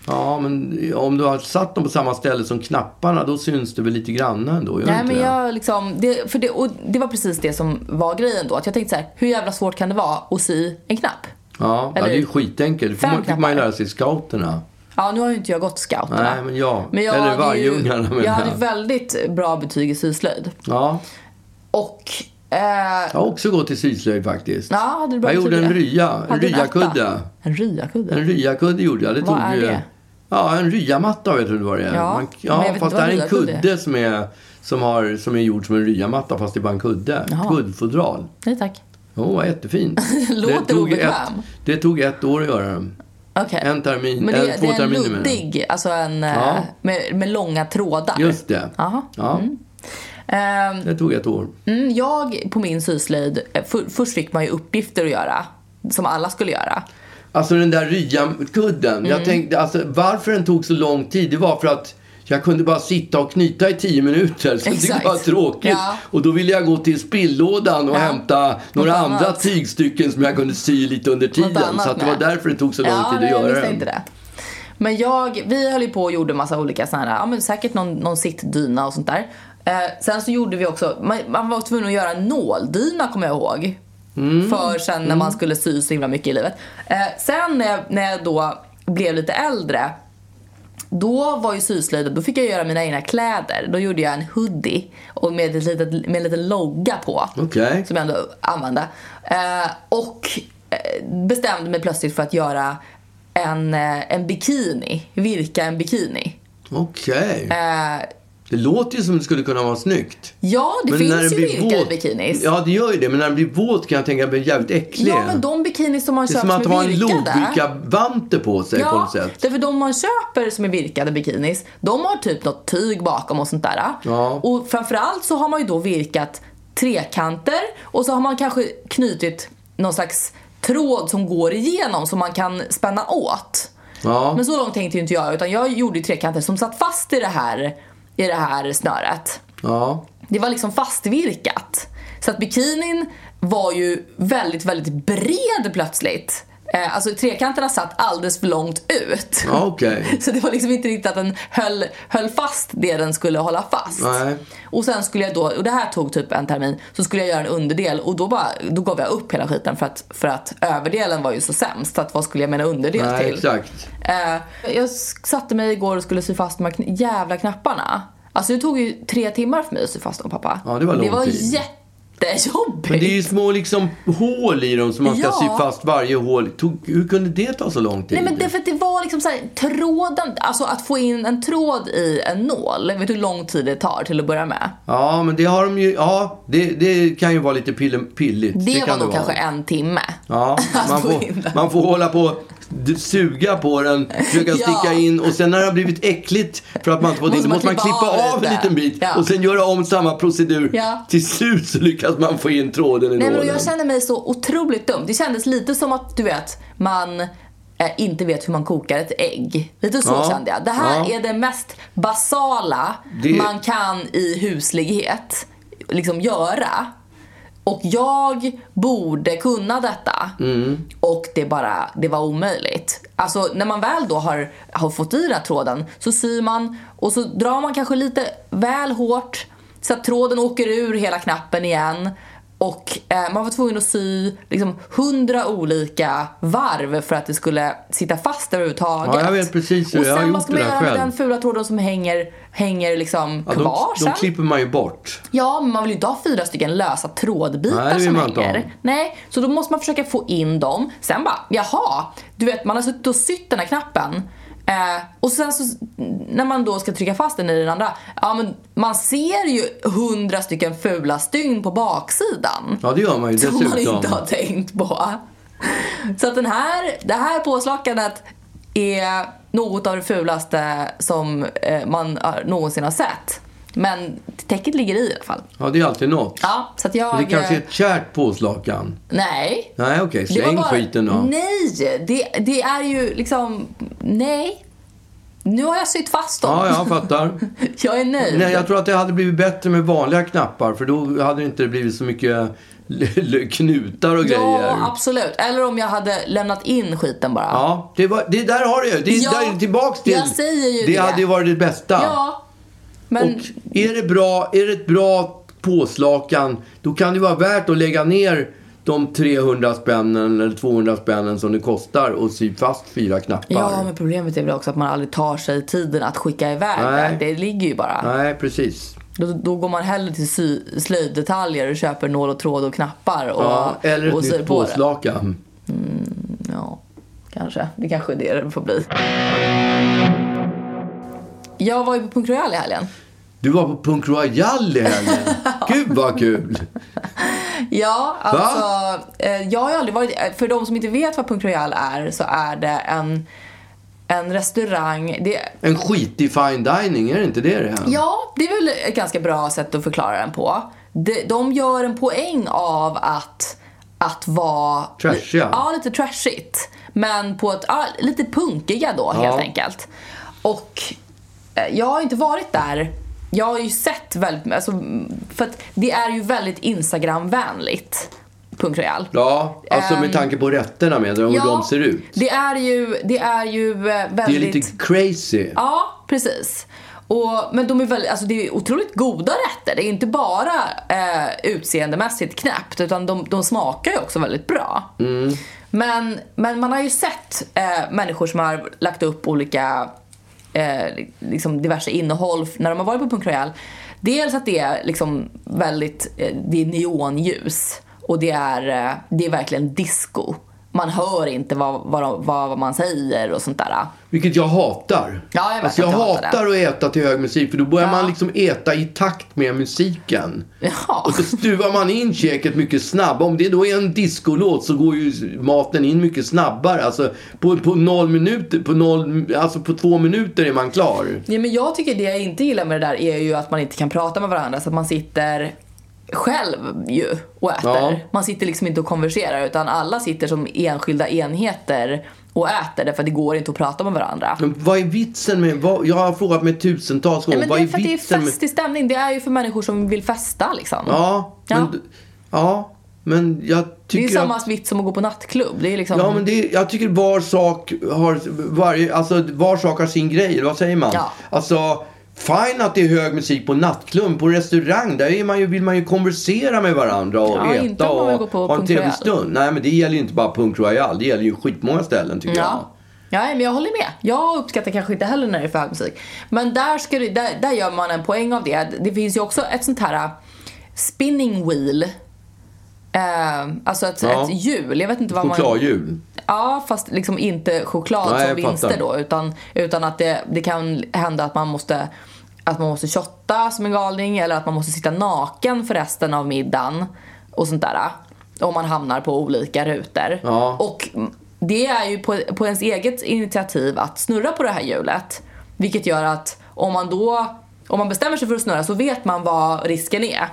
Speaker 2: Ja, men om du har satt dem på samma ställe som knapparna, då syns det väl lite grann ändå? Gör
Speaker 1: Nej
Speaker 2: inte
Speaker 1: men
Speaker 2: det?
Speaker 1: jag liksom, det, för det, och det var precis det som var grejen då. Att jag tänkte så här, hur jävla svårt kan det vara att sy en knapp?
Speaker 2: Ja, ja,
Speaker 1: Eller-
Speaker 2: det är ju skitenkelt. Det får
Speaker 1: Fem
Speaker 2: man, fick man ju
Speaker 1: knappar.
Speaker 2: lära sig i scouterna.
Speaker 1: Ja, nu har ju inte jag gått scouterna.
Speaker 2: Nej, men jag.
Speaker 1: Men jag
Speaker 2: Eller
Speaker 1: hade ju-
Speaker 2: Vargungarna, menar
Speaker 1: Jag hade
Speaker 2: jag.
Speaker 1: väldigt bra betyg i syslöjd.
Speaker 2: Ja,
Speaker 1: Och... Eh,
Speaker 2: jag har också gått i syslöjd faktiskt.
Speaker 1: ja, hade du bra
Speaker 2: jag
Speaker 1: betyg
Speaker 2: gjorde
Speaker 1: i
Speaker 2: en
Speaker 1: det?
Speaker 2: rya, en
Speaker 1: Hade du
Speaker 2: ryakudde.
Speaker 1: etta? En ryakudde?
Speaker 2: En ryakudde gjorde jag. Det
Speaker 1: Vad
Speaker 2: tog
Speaker 1: är
Speaker 2: ju-
Speaker 1: det?
Speaker 2: Ja, en ryamatta vet du vad det är?
Speaker 1: Ja,
Speaker 2: Man-
Speaker 1: men jag
Speaker 2: ja
Speaker 1: vet
Speaker 2: fast
Speaker 1: inte
Speaker 2: det
Speaker 1: vad
Speaker 2: här är en
Speaker 1: en ryakudde
Speaker 2: kudde som är, som, har, som är gjord som en ryamatta fast det är bara en kudde.
Speaker 1: Jaha.
Speaker 2: Kuddfodral.
Speaker 1: Nej tack.
Speaker 2: Jo, vad
Speaker 1: [laughs]
Speaker 2: jättefint.
Speaker 1: Låter obekväm.
Speaker 2: ett, det tog ett år att göra den.
Speaker 1: Okej.
Speaker 2: En termin,
Speaker 1: Men det,
Speaker 2: eller två
Speaker 1: det är en
Speaker 2: terminer menar jag.
Speaker 1: luddig, alltså en eh,
Speaker 2: Ja.
Speaker 1: med, med långa trådar.
Speaker 2: Just det.
Speaker 1: Jaha. Mm.
Speaker 2: Ja,
Speaker 1: Ehm,
Speaker 2: det tog ett år.
Speaker 1: mm, jag på min syslöjd, eh, för, först fick man ju uppgifter att göra. Som alla skulle göra.
Speaker 2: Alltså den där ryakudden.
Speaker 1: Mm.
Speaker 2: Jag tänkte, alltså, varför den tog så lång tid, det var för att jag kunde bara sitta och knyta i tio minuter. Så
Speaker 1: Exakt.
Speaker 2: det var tråkigt.
Speaker 1: Ja.
Speaker 2: Och då ville jag gå till spillådan och
Speaker 1: Ja.
Speaker 2: hämta några
Speaker 1: Något
Speaker 2: andra
Speaker 1: annat.
Speaker 2: tygstycken som jag kunde sy lite under tiden.
Speaker 1: annat
Speaker 2: Så att det var
Speaker 1: med.
Speaker 2: därför det tog så lång
Speaker 1: ja,
Speaker 2: tid
Speaker 1: nej,
Speaker 2: att
Speaker 1: jag
Speaker 2: göra
Speaker 1: visste
Speaker 2: den.
Speaker 1: inte det. Men jag, vi höll ju på och gjorde massa olika sådana här, ja men säkert någon, någon sittdyna och sånt där. Eh, sen så gjorde vi också, man, man var tvungen att göra en nåldyna kommer jag ihåg.
Speaker 2: Mm.
Speaker 1: För sen när man skulle sy så himla mycket i livet. Eh, sen när jag, när jag då blev lite äldre då var ju syslöjden, då fick jag göra mina egna kläder. Då gjorde jag en hoodie och med, ett litet, med en liten logga på.
Speaker 2: Okej.
Speaker 1: Som jag ändå använde. Eh, och eh, bestämde mig plötsligt för att göra en, eh, en bikini. Virka en bikini.
Speaker 2: Okej.
Speaker 1: Eh,
Speaker 2: Det låter ju som det skulle kunna vara snyggt.
Speaker 1: ja, det finns ju virkade bikinis.
Speaker 2: Ja, det gör ju det. Men när den blir våt kan jag tänka att den blir jävligt äcklig.
Speaker 1: Ja, men de bikinis som man
Speaker 2: det är
Speaker 1: köper
Speaker 2: som att
Speaker 1: som
Speaker 2: ha
Speaker 1: är
Speaker 2: en
Speaker 1: virkade.
Speaker 2: Lovikka-vante på sig på
Speaker 1: Ja,
Speaker 2: något sätt.
Speaker 1: därför de man köper som är virkade bikinis, de har typ något tyg bakom och sånt där.
Speaker 2: Ja.
Speaker 1: Och framförallt så har man ju då virkat trekanter och så har man kanske knutit någon slags tråd som går igenom som man kan spänna åt.
Speaker 2: Ja.
Speaker 1: Men så långt tänkte ju inte jag utan jag gjorde ju trekanter som satt fast i det här, i det här snöret.
Speaker 2: Ja.
Speaker 1: Det var liksom fastvirkat. Så att bikinin var ju väldigt, väldigt bred plötsligt. Eh, alltså trekanterna satt alldeles för långt ut.
Speaker 2: Ja, okej.
Speaker 1: [laughs] Så det var liksom inte riktigt att den höll, höll fast det den skulle hålla fast.
Speaker 2: Nej.
Speaker 1: Och sen skulle jag då, och det här tog typ en termin, så skulle jag göra en underdel och då, bara, då gav jag upp hela skiten för att, för att överdelen var ju så sämst. Så att vad skulle jag med en underdel
Speaker 2: Nej,
Speaker 1: till?
Speaker 2: exakt.
Speaker 1: Eh, jag s- satte mig igår och skulle sy fast de här kn- jävla knapparna. Alltså det tog ju tre timmar för mig att sy fast dem pappa.
Speaker 2: Ja, det var lång
Speaker 1: Det var
Speaker 2: tid.
Speaker 1: jättejobbigt.
Speaker 2: Men det är ju små liksom hål i dem som man ska
Speaker 1: Eh, Ja.
Speaker 2: sy fast varje hål. Tog, hur kunde det ta så lång tid?
Speaker 1: Nej men det, för att det var liksom så här, tråden, alltså att få in en tråd i en nål. Vet du hur lång tid det tar till att börja med?
Speaker 2: Ja, men det har de ju. Ja, det, det kan ju vara lite pill, pilligt.
Speaker 1: Det, var
Speaker 2: kan
Speaker 1: nog
Speaker 2: vara.
Speaker 1: kanske en timme.
Speaker 2: Ja,
Speaker 1: [laughs] Att
Speaker 2: man
Speaker 1: få in
Speaker 2: får,
Speaker 1: den.
Speaker 2: man får hålla på d- suga på den, försöka
Speaker 1: [laughs] Ja.
Speaker 2: sticka in och sen när det har blivit äckligt för att man inte får
Speaker 1: Måste
Speaker 2: det,
Speaker 1: man
Speaker 2: måste man
Speaker 1: klippa
Speaker 2: klippa
Speaker 1: av
Speaker 2: av en
Speaker 1: lite.
Speaker 2: liten bit
Speaker 1: Ja.
Speaker 2: och sen göra om samma procedur.
Speaker 1: Ja.
Speaker 2: Till slut så lyckas man få in tråden i
Speaker 1: Nej, men
Speaker 2: nålen.
Speaker 1: jag kände mig så otroligt dum. Det kändes lite som att du vet, man eh, inte vet hur man kokar ett ägg. Lite så
Speaker 2: Ja.
Speaker 1: kände jag. Det här
Speaker 2: Ja.
Speaker 1: är det mest basala
Speaker 2: Det-
Speaker 1: man kan i huslighet liksom göra. Och jag borde kunna detta.
Speaker 2: Mm.
Speaker 1: Och det bara, det var omöjligt. Alltså när man väl då har, har fått i den här tråden så syr man och så drar man kanske lite väl hårt så att tråden åker ur hela knappen igen. Och eh, man var tvungen att sy liksom hundra olika varv för att det skulle sitta fast överhuvudtaget.
Speaker 2: Ja, jag vet precis hur
Speaker 1: Och
Speaker 2: jag har
Speaker 1: sen vad
Speaker 2: gjort
Speaker 1: ska man
Speaker 2: det där
Speaker 1: göra med
Speaker 2: själv.
Speaker 1: den fula tråden som hänger, hänger liksom
Speaker 2: Ja,
Speaker 1: kvar
Speaker 2: de,
Speaker 1: sen?
Speaker 2: de klipper man ju bort.
Speaker 1: Ja, men man vill ju inte ha fyra stycken lösa trådbitar
Speaker 2: Nej, det vill
Speaker 1: som
Speaker 2: man inte ha.
Speaker 1: hänger. Nej, så då måste man försöka få in dem. Sen bara, jaha, du vet man har suttit och sytt den här knappen. Eh, och sen så, när man då ska trycka fast den i den andra, ja men man ser ju hundra stycken fula stygn på baksidan.
Speaker 2: Ja, det gör man ju
Speaker 1: som man
Speaker 2: dessutom.
Speaker 1: inte har tänkt på. Så att den här, det här påslakandet är något av det fulaste som eh, man eh, någonsin har sett. Men täcket ligger i i alla fall.
Speaker 2: Ja, det är alltid något.
Speaker 1: Ja, så att jag...
Speaker 2: Men det kanske är ett kärt påslakan.
Speaker 1: Nej.
Speaker 2: Nej, okej.
Speaker 1: Det var
Speaker 2: Släng
Speaker 1: bara-
Speaker 2: skiten då.
Speaker 1: Nej, det, det är ju liksom... Nej. Nu har jag sytt fast dem.
Speaker 2: Ja, jag fattar.
Speaker 1: [laughs] Jag är nöjd.
Speaker 2: Nej, jag tror att det hade blivit bättre med vanliga knappar för då hade det inte blivit så mycket l- l- knutar och
Speaker 1: Ja,
Speaker 2: grejer.
Speaker 1: absolut. Eller om jag hade lämnat in skiten bara.
Speaker 2: Ja, det, var, det där har du ju. Det är
Speaker 1: Ja,
Speaker 2: där, tillbaks till.
Speaker 1: jag säger ju
Speaker 2: det.
Speaker 1: det.
Speaker 2: hade ju varit det bästa.
Speaker 1: Ja, Men
Speaker 2: Och är det, bra, är det ett bra påslakan, då kan det vara värt att lägga ner de 300 spännen eller 200 spännen som det kostar och sy fast fyra knappar.
Speaker 1: Ja, men problemet är väl också att man aldrig tar sig tiden att skicka iväg
Speaker 2: Nej.
Speaker 1: det. Det ligger ju bara.
Speaker 2: Nej, precis.
Speaker 1: Då, då går man hellre till sy- slöjddetaljer och köper nål och tråd och knappar och,
Speaker 2: Ja, eller
Speaker 1: och
Speaker 2: ett
Speaker 1: syr
Speaker 2: nytt
Speaker 1: på det.
Speaker 2: påslakan.
Speaker 1: Ja, kanske. Det kanske är det det får bli. Jag var ju på Punk Royal i helgen.
Speaker 2: Du var på Punk Royal i
Speaker 1: [laughs]
Speaker 2: helgen. Gud vad kul!
Speaker 1: Ja, alltså. Eh, jag har ju aldrig varit... eh, För de som inte vet vad Punk Royal är så är det en, en restaurang. Det,
Speaker 2: En skitig fine dining, är det inte det det är?
Speaker 1: Ja, det är väl ett ganska bra sätt att förklara den på. De, de gör en poäng av att, att vara...
Speaker 2: Trashiga.
Speaker 1: Ja, lite trashigt. Men på ett, ja, lite punkiga då
Speaker 2: Ja.
Speaker 1: helt enkelt. Och eh, jag har inte varit där. Jag har ju sett väldigt, alltså, mm, för att det är ju väldigt Instagram-vänligt, Punk Royal.
Speaker 2: Ja, alltså med tanke på rätterna med, hur
Speaker 1: Ehm, Ja,
Speaker 2: de ser ut.
Speaker 1: Det är ju, det är ju eh, väldigt...
Speaker 2: Det är lite crazy.
Speaker 1: Ja, precis. Och, men de är väldigt, alltså det är otroligt goda rätter. Det är inte bara eh, utseendemässigt knäppt utan de, de smakar ju också väldigt bra. Men, men man har ju sett eh, människor som har lagt upp olika eh, liksom diverse innehåll f- när de har varit på Punk Royal. Dels att det är liksom väldigt, eh, det är neonljus och det är, eh, det är verkligen disco. Man hör inte vad, vad, de- vad man säger och sånt där. [laughs]
Speaker 2: Vilket jag hatar.
Speaker 1: Ja, jag vet
Speaker 2: alltså,
Speaker 1: att
Speaker 2: jag
Speaker 1: du hatar
Speaker 2: hatar att äta till hög musik för då börjar
Speaker 1: Ja.
Speaker 2: man liksom äta i takt med musiken.
Speaker 1: Jaha.
Speaker 2: Och så stuvar man in käket mycket snabbare. Om det då är en discolåt så går ju maten in mycket snabbare. Alltså på, på noll minuter, på noll, alltså på två minuter är man klar.
Speaker 1: Ja, men jag tycker det jag inte gillar med det där är ju att man inte kan prata med varandra så att man sitter själv ju och äter.
Speaker 2: Ja.
Speaker 1: Man sitter liksom inte och konverserar utan alla sitter som enskilda enheter och äter därför att det går inte att prata med varandra.
Speaker 2: Men vad är vitsen med, vad, jag har frågat mig tusentals gånger,
Speaker 1: Nej, men
Speaker 2: vad
Speaker 1: det är
Speaker 2: är
Speaker 1: för att det är
Speaker 2: vitsen med...
Speaker 1: festig stämning. Det är ju för människor som vill festa liksom.
Speaker 2: Ja,
Speaker 1: Ja.
Speaker 2: men, ja, men jag
Speaker 1: det är
Speaker 2: tycker
Speaker 1: ju samma
Speaker 2: att...
Speaker 1: vits som att gå på nattklubb. Det är liksom...
Speaker 2: Ja, men det, jag tycker var sak har, varje, alltså, var sak har sin grej, eller vad säger man?
Speaker 1: Ja.
Speaker 2: Alltså, fine att det är hög musik på nattklubb, på restaurang, där är man ju, vill man ju konversera med varandra och
Speaker 1: Ja,
Speaker 2: äta
Speaker 1: inte om man vill gå
Speaker 2: och
Speaker 1: på
Speaker 2: ha en
Speaker 1: Punk
Speaker 2: trevlig
Speaker 1: Royal.
Speaker 2: stund. Nej, men det gäller ju inte bara Punk Royal, det gäller ju skitmånga ställen tycker
Speaker 1: Ja. Ja, men jag håller med. Jag uppskattar kanske inte heller när det är för hög musik. Men där, ska det, där, där gör man en poäng av det. Det finns ju också ett sånt här äh, spinning wheel. Eh, alltså ett,
Speaker 2: Ja.
Speaker 1: ett hjul. Jag vet inte vad
Speaker 2: jag.
Speaker 1: man...
Speaker 2: Chokladhjul.
Speaker 1: Ja, fast liksom inte choklad
Speaker 2: Nej,
Speaker 1: som
Speaker 2: jag
Speaker 1: vinster
Speaker 2: fattar.
Speaker 1: då. Utan, utan att det, det kan hända att man måste att man måste shotta som en galning eller att man måste sitta naken för resten av middagen och sånt där. Om man hamnar på olika rutor.
Speaker 2: Ja.
Speaker 1: Och det är ju på, på ens eget initiativ att snurra på det här hjulet. Vilket gör att om man då om man bestämmer sig för att snurra så vet man vad risken är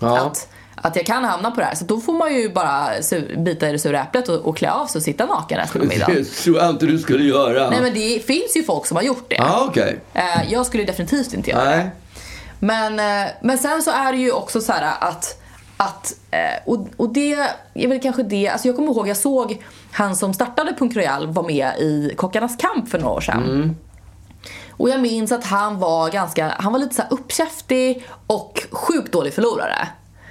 Speaker 2: Ja. [laughs]
Speaker 1: att, att jag kan hamna på det här. Så då får man ju bara sur, bita i det sura äpplet och, och klä av sig och sitta naken resten av
Speaker 2: [laughs]
Speaker 1: middagen.
Speaker 2: Det tror jag inte du skulle göra.
Speaker 1: Nej men det finns ju folk som har gjort det.
Speaker 2: Ja, okej.
Speaker 1: Eh, Jag skulle definitivt inte göra
Speaker 2: Nej.
Speaker 1: men, eh, men sen så är det ju också så här att, att eh, och, och det är väl kanske det, alltså jag kommer ihåg jag såg han som startade Punk Royal var med i Kockarnas Kamp för några år sedan.
Speaker 2: Mm.
Speaker 1: Och jag minns att han var ganska, han var lite så här uppkäftig och sjukt dålig förlorare.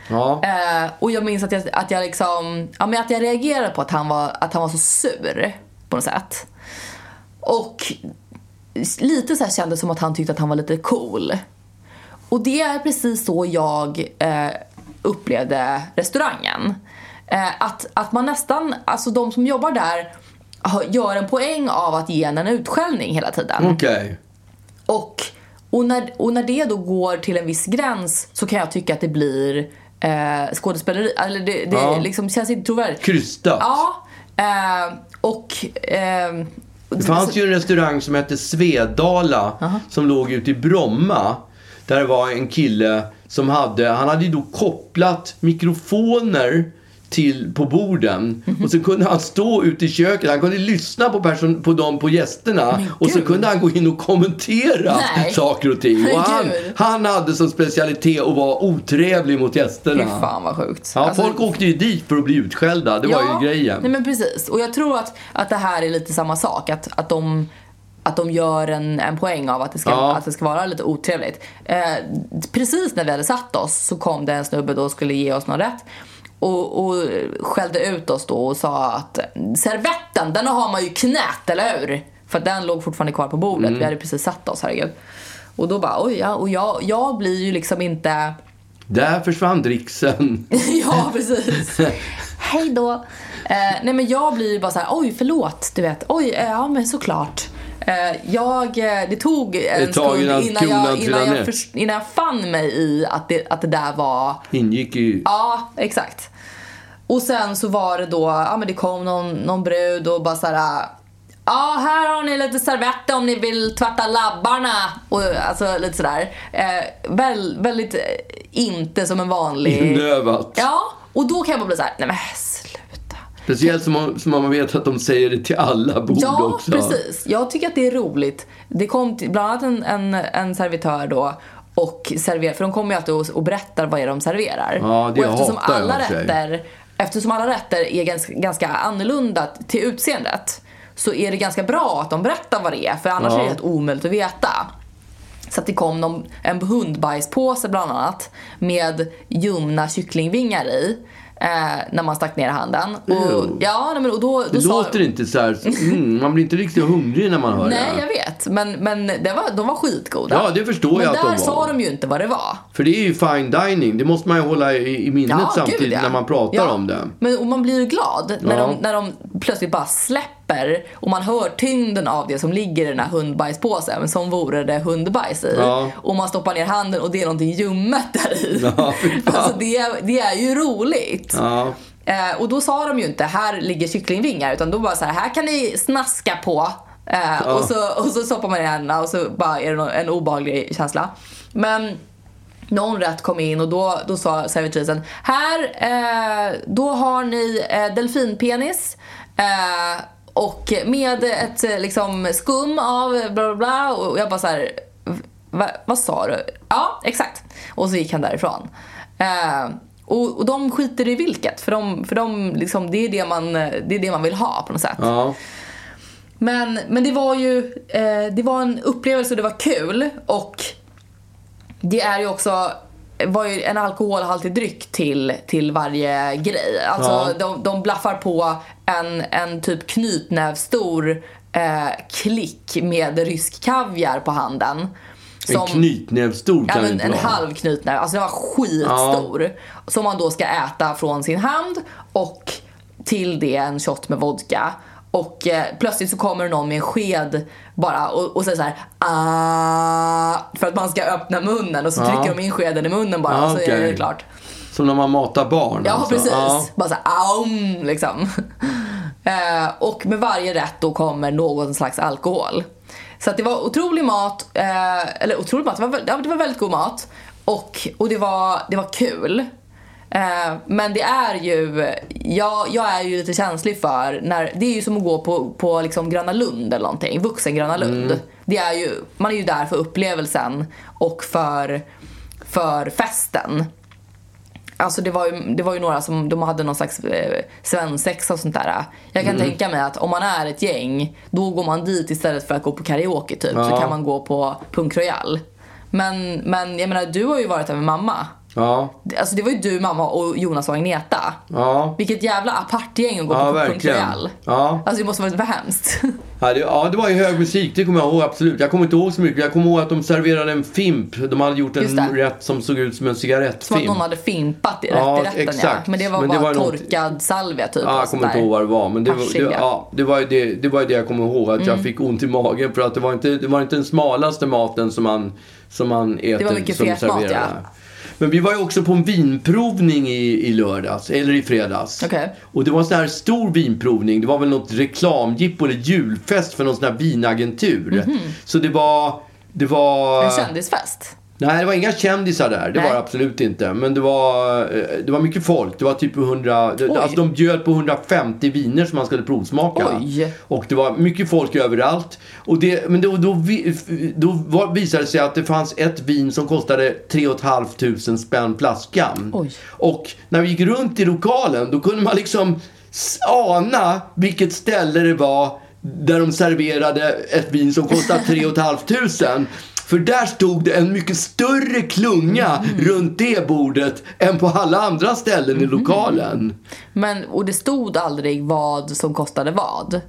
Speaker 2: Ja.
Speaker 1: Eh, och jag minns att jag, att jag liksom, ja, men att jag reagerade på att han, var, att han var så sur på något sätt. Och lite så här kändes som att han tyckte att han var lite cool. Och det är precis så jag eh, upplevde restaurangen. Eh, att, att man nästan, alltså de som jobbar där har- gör en poäng av att ge en en utskällning hela tiden.
Speaker 2: Okej.
Speaker 1: Och, och, när, och när det då går till en viss gräns så kan jag tycka att det blir eh, skådespeleri. Eller det, det
Speaker 2: Ja.
Speaker 1: liksom känns inte trovärdigt.
Speaker 2: Krystat.
Speaker 1: Ja. Eh, och... Eh,
Speaker 2: Det fanns ju en restaurang som hette Svedala som låg ute i Bromma. Där det var en kille som hade, han hade ju då kopplat mikrofoner till, på borden.
Speaker 1: Mhm.
Speaker 2: Och så kunde han stå ute i köket, han kunde lyssna på, person, på dem, på gästerna. Och så
Speaker 1: gud.
Speaker 2: kunde han gå in och kommentera
Speaker 1: Nej.
Speaker 2: saker och ting.
Speaker 1: Men [laughs]
Speaker 2: Och han,
Speaker 1: gud.
Speaker 2: han hade som specialitet att vara otrevlig mot
Speaker 1: Fy
Speaker 2: gästerna.
Speaker 1: fan vad sjukt.
Speaker 2: Ja,
Speaker 1: Alltså-
Speaker 2: folk åkte ju dit för att bli utskällda. Det var ju grejen.
Speaker 1: Nej men precis. Och jag tror att, att det här är lite samma sak. Att, att, de, att de gör en, en poäng av att det ska,
Speaker 2: Ja.
Speaker 1: att det ska vara lite otrevligt. Eh, precis när vi hade satt oss så kom det en snubbe då och skulle ge oss någon rätt. Och, och skällde ut oss då och sa att servetten, den har man ju knät, eller hur? För att den låg fortfarande kvar på bordet.
Speaker 2: Mm.
Speaker 1: Vi hade precis satt oss, herregud. Och då bara, oj ja. Och jag, jag blir ju liksom inte...
Speaker 2: Där försvann dricksen.
Speaker 1: [laughs] ja, precis. Hej då. Eh, nej men jag blir ju bara så här: oj förlåt, du vet. Oj, eh, ja men såklart. Eh, jag, eh, det tog en
Speaker 2: Ett tag
Speaker 1: stund
Speaker 2: innan
Speaker 1: innan
Speaker 2: kronan
Speaker 1: jag,
Speaker 2: trillade
Speaker 1: innan,
Speaker 2: ner.
Speaker 1: jag förs- innan jag fann mig i att det, att det där var
Speaker 2: Ingick i...
Speaker 1: Ja, exakt. Och sen så var det då, ja men det kom någon, någon brud och bara såhär Ja, här har ni lite servetter om ni vill tvätta labbarna. Och, alltså lite sådär. Eh, väl, väldigt eh, inte som en vanlig...
Speaker 2: [laughs] Inövat.
Speaker 1: Eh, Ja, och då kan jag bara bli såhär, nej men sluta.
Speaker 2: Speciellt som man, som man vet att de säger det till alla bord
Speaker 1: Ja,
Speaker 2: också.
Speaker 1: precis. Jag tycker att det är roligt. Det kom till, bland annat en, en, en servitör då och serverar, för de kommer ju alltid och, och berättar vad det är de serverar.
Speaker 2: Ja, det
Speaker 1: och eftersom
Speaker 2: hatar jag
Speaker 1: alla
Speaker 2: i och för sig.
Speaker 1: rätter, eftersom alla rätter är ganska, ganska annorlunda till utseendet så är det ganska bra att de berättar vad det är, för annars
Speaker 2: Ja.
Speaker 1: är det helt omöjligt att veta. Så att det kom någon, en hundbajspåse bland annat med ljumna kycklingvingar i eh, när man stack ner handen. Och,
Speaker 2: Ew.
Speaker 1: ja, nej, men, och då, då
Speaker 2: Det
Speaker 1: sa,
Speaker 2: låter inte så här...
Speaker 1: [laughs]
Speaker 2: Mm, man blir inte riktigt hungrig när man hör
Speaker 1: Nej,
Speaker 2: det.
Speaker 1: jag vet. Men, men det var, de var skitgoda.
Speaker 2: Ja, det förstår
Speaker 1: men
Speaker 2: jag att
Speaker 1: där
Speaker 2: de var.
Speaker 1: sa de ju inte vad det var.
Speaker 2: För det är ju fine dining. Det måste man ju hålla i, i minnet
Speaker 1: Ja,
Speaker 2: samtidigt
Speaker 1: gud, ja.
Speaker 2: när man pratar
Speaker 1: ja.
Speaker 2: om det.
Speaker 1: Men, och man blir ju glad när,
Speaker 2: Ja.
Speaker 1: de, när de plötsligt bara släpper och man hör tyngden av det som ligger i den här hundbajspåsen som vore det hundbajs i.
Speaker 2: Ja.
Speaker 1: Och man stoppar ner handen och det är någonting ljummet där i.
Speaker 2: Ja, fy fan.
Speaker 1: [laughs] alltså det, är- det är ju roligt.
Speaker 2: Ja.
Speaker 1: Eh, och då sa de ju inte här ligger kycklingvingar utan då bara så här, här kan ni snaska på. Eh, och, så, och så stoppar man i händerna och så bara är det nå- en obehaglig känsla. Men någon rätt kom in och då, då sa servitrisen här eh, då har ni eh, delfinpenis eh, och med ett eh, liksom skum av bla bla bla och jag bara så här Va, vad sa du? Ja, exakt. Och så gick han därifrån. Eh, och, och de skiter i vilket, för, de, för de, liksom, det, är det, man, det är det man vill ha på något sätt.
Speaker 2: Ja.
Speaker 1: Men, men det var ju eh, det var en upplevelse och det var kul. Och det är ju också var ju en alkoholhaltig dryck till, till varje grej. Alltså
Speaker 2: Ja.
Speaker 1: de, de blaffar på en, en typ knytnävstor eh, klick med rysk kaviar på handen.
Speaker 2: En knytnävsstor
Speaker 1: Ja,
Speaker 2: kan
Speaker 1: men
Speaker 2: inte
Speaker 1: en
Speaker 2: vara.
Speaker 1: halv knytnäve. Alltså den var skitstor. Som man då ska äta från sin hand och till det en shot med vodka. Och eh, plötsligt så kommer någon med en sked bara och, och säger så här ah, för att man ska öppna munnen och så trycker de in skeden i munnen bara
Speaker 2: Ja,
Speaker 1: och så är det
Speaker 2: okej.
Speaker 1: klart.
Speaker 2: Som när man matar barn.
Speaker 1: Ja
Speaker 2: alltså.
Speaker 1: precis.
Speaker 2: Ja.
Speaker 1: Bara såhär aum liksom. [laughs] Eh, och med varje rätt då kommer någon slags alkohol. Så att det var otrolig mat, eh, eller otrolig mat, det var, väl- ja, det var väldigt god mat. Och, och det, var, det var kul. Eh, men det är ju, jag, jag är ju lite känslig för när, det är ju som att gå på, på liksom Gröna Lund eller någonting, vuxen Gröna
Speaker 2: Mm.
Speaker 1: Lund. Det är ju, man är ju där för upplevelsen och för, för festen. Alltså det var, ju, det var ju några som de hade någon slags eh, svensexa och sånt där. Jag kan
Speaker 2: Mm.
Speaker 1: tänka mig att om man är ett gäng, då går man dit istället för att gå på karaoke typ. Så
Speaker 2: Ja.
Speaker 1: kan man gå på Punk Royal. Men, men jag menar, du har ju varit där med mamma.
Speaker 2: Ja,
Speaker 1: Alltså det var ju du, mamma och Jonas och Agneta.
Speaker 2: ja.
Speaker 1: Vilket jävla apartgäng att gå
Speaker 2: Ja,
Speaker 1: på Punkt
Speaker 2: verkligen.
Speaker 1: Royal.
Speaker 2: Ja.
Speaker 1: Alltså det måste ha varit hemskt. [laughs]
Speaker 2: Ja det, ja, det var ju hög musik, det kommer jag ihåg absolut. Jag kommer inte ihåg så mycket. Jag kommer ihåg att de serverade en fimp. De hade gjort
Speaker 1: Just
Speaker 2: en
Speaker 1: det.
Speaker 2: rätt som såg ut som en
Speaker 1: Som att
Speaker 2: cigarettfimp.
Speaker 1: någon hade fimpat i,
Speaker 2: Ja,
Speaker 1: rätt, i rätten
Speaker 2: exakt.
Speaker 1: ja. Men det var
Speaker 2: Men det
Speaker 1: bara
Speaker 2: var något-
Speaker 1: torkad salvia typ.
Speaker 2: Ja,
Speaker 1: och
Speaker 2: jag kommer
Speaker 1: sånt
Speaker 2: inte
Speaker 1: där.
Speaker 2: ihåg vad det var. Men det, var- det,
Speaker 1: Persilja.
Speaker 2: ja, det, var, ju det, det var ju det jag kommer ihåg. Att
Speaker 1: Mm.
Speaker 2: jag fick ont i magen. För att det var inte, det var inte den smalaste maten som man, som man äter.
Speaker 1: mycket
Speaker 2: som
Speaker 1: fet mat,
Speaker 2: serverar
Speaker 1: ja.
Speaker 2: där. Men vi var ju också på en vinprovning i, i lördags, eller i fredags.
Speaker 1: Okej.
Speaker 2: Och det var en sån här stor vinprovning. Det var väl något reklamjippo eller julfest för någon sån här vinagentur. Så det var... Det var...
Speaker 1: Mhm. En kändisfest.
Speaker 2: Nej, det var inga kändisar där. Det
Speaker 1: Nej.
Speaker 2: var det absolut inte. Men det var, eh, det var mycket folk. Det var typ 100... det-
Speaker 1: Oj.
Speaker 2: Alltså de bjöd på 150 viner som man skulle provsmaka.
Speaker 1: Oj.
Speaker 2: Och det var mycket folk överallt. Och det, men då, då, vi- då var, visade det sig att det fanns ett vin som kostade 3 500 spänn flaskan.
Speaker 1: Oj.
Speaker 2: Och när vi gick runt i lokalen då kunde man liksom s- ana vilket ställe det var där de serverade ett vin som kostade 3 500. För där stod det en mycket större klunga
Speaker 1: Mm.
Speaker 2: runt det bordet än på alla andra ställen i lokalen.
Speaker 1: Men, och det stod aldrig vad som kostade vad.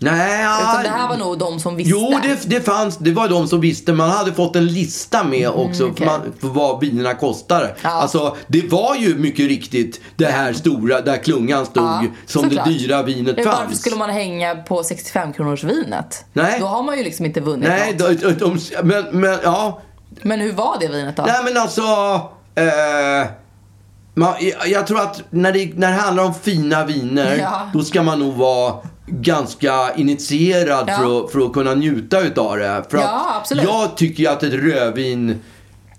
Speaker 2: Nej,
Speaker 1: Utan det här var nog de som visste.
Speaker 2: Jo, det, det fanns. Det var de som visste. Man hade fått en lista med också
Speaker 1: Mm,
Speaker 2: för,
Speaker 1: okej.
Speaker 2: man, för vad bilarna kostade.
Speaker 1: Ja.
Speaker 2: Alltså, det var ju mycket riktigt det här stora, där klungan stod,
Speaker 1: Ja,
Speaker 2: som
Speaker 1: såklart.
Speaker 2: det dyra vinet
Speaker 1: Ja,
Speaker 2: fanns.
Speaker 1: Varför skulle man hänga på 65-kronorsvinet?
Speaker 2: Nej.
Speaker 1: Då har man ju liksom inte vunnit
Speaker 2: Nej,
Speaker 1: något.
Speaker 2: de, de, de, men, men ja.
Speaker 1: Men hur var det vinet då?
Speaker 2: Nej, men alltså... Eh, man, jag, jag tror att när det, när det handlar om fina viner,
Speaker 1: Ja.
Speaker 2: då ska man nog vara ganska initierad
Speaker 1: Ja.
Speaker 2: för, att, för att kunna njuta utav det. För
Speaker 1: Ja,
Speaker 2: att
Speaker 1: absolut.
Speaker 2: Jag tycker ju att ett rödvin,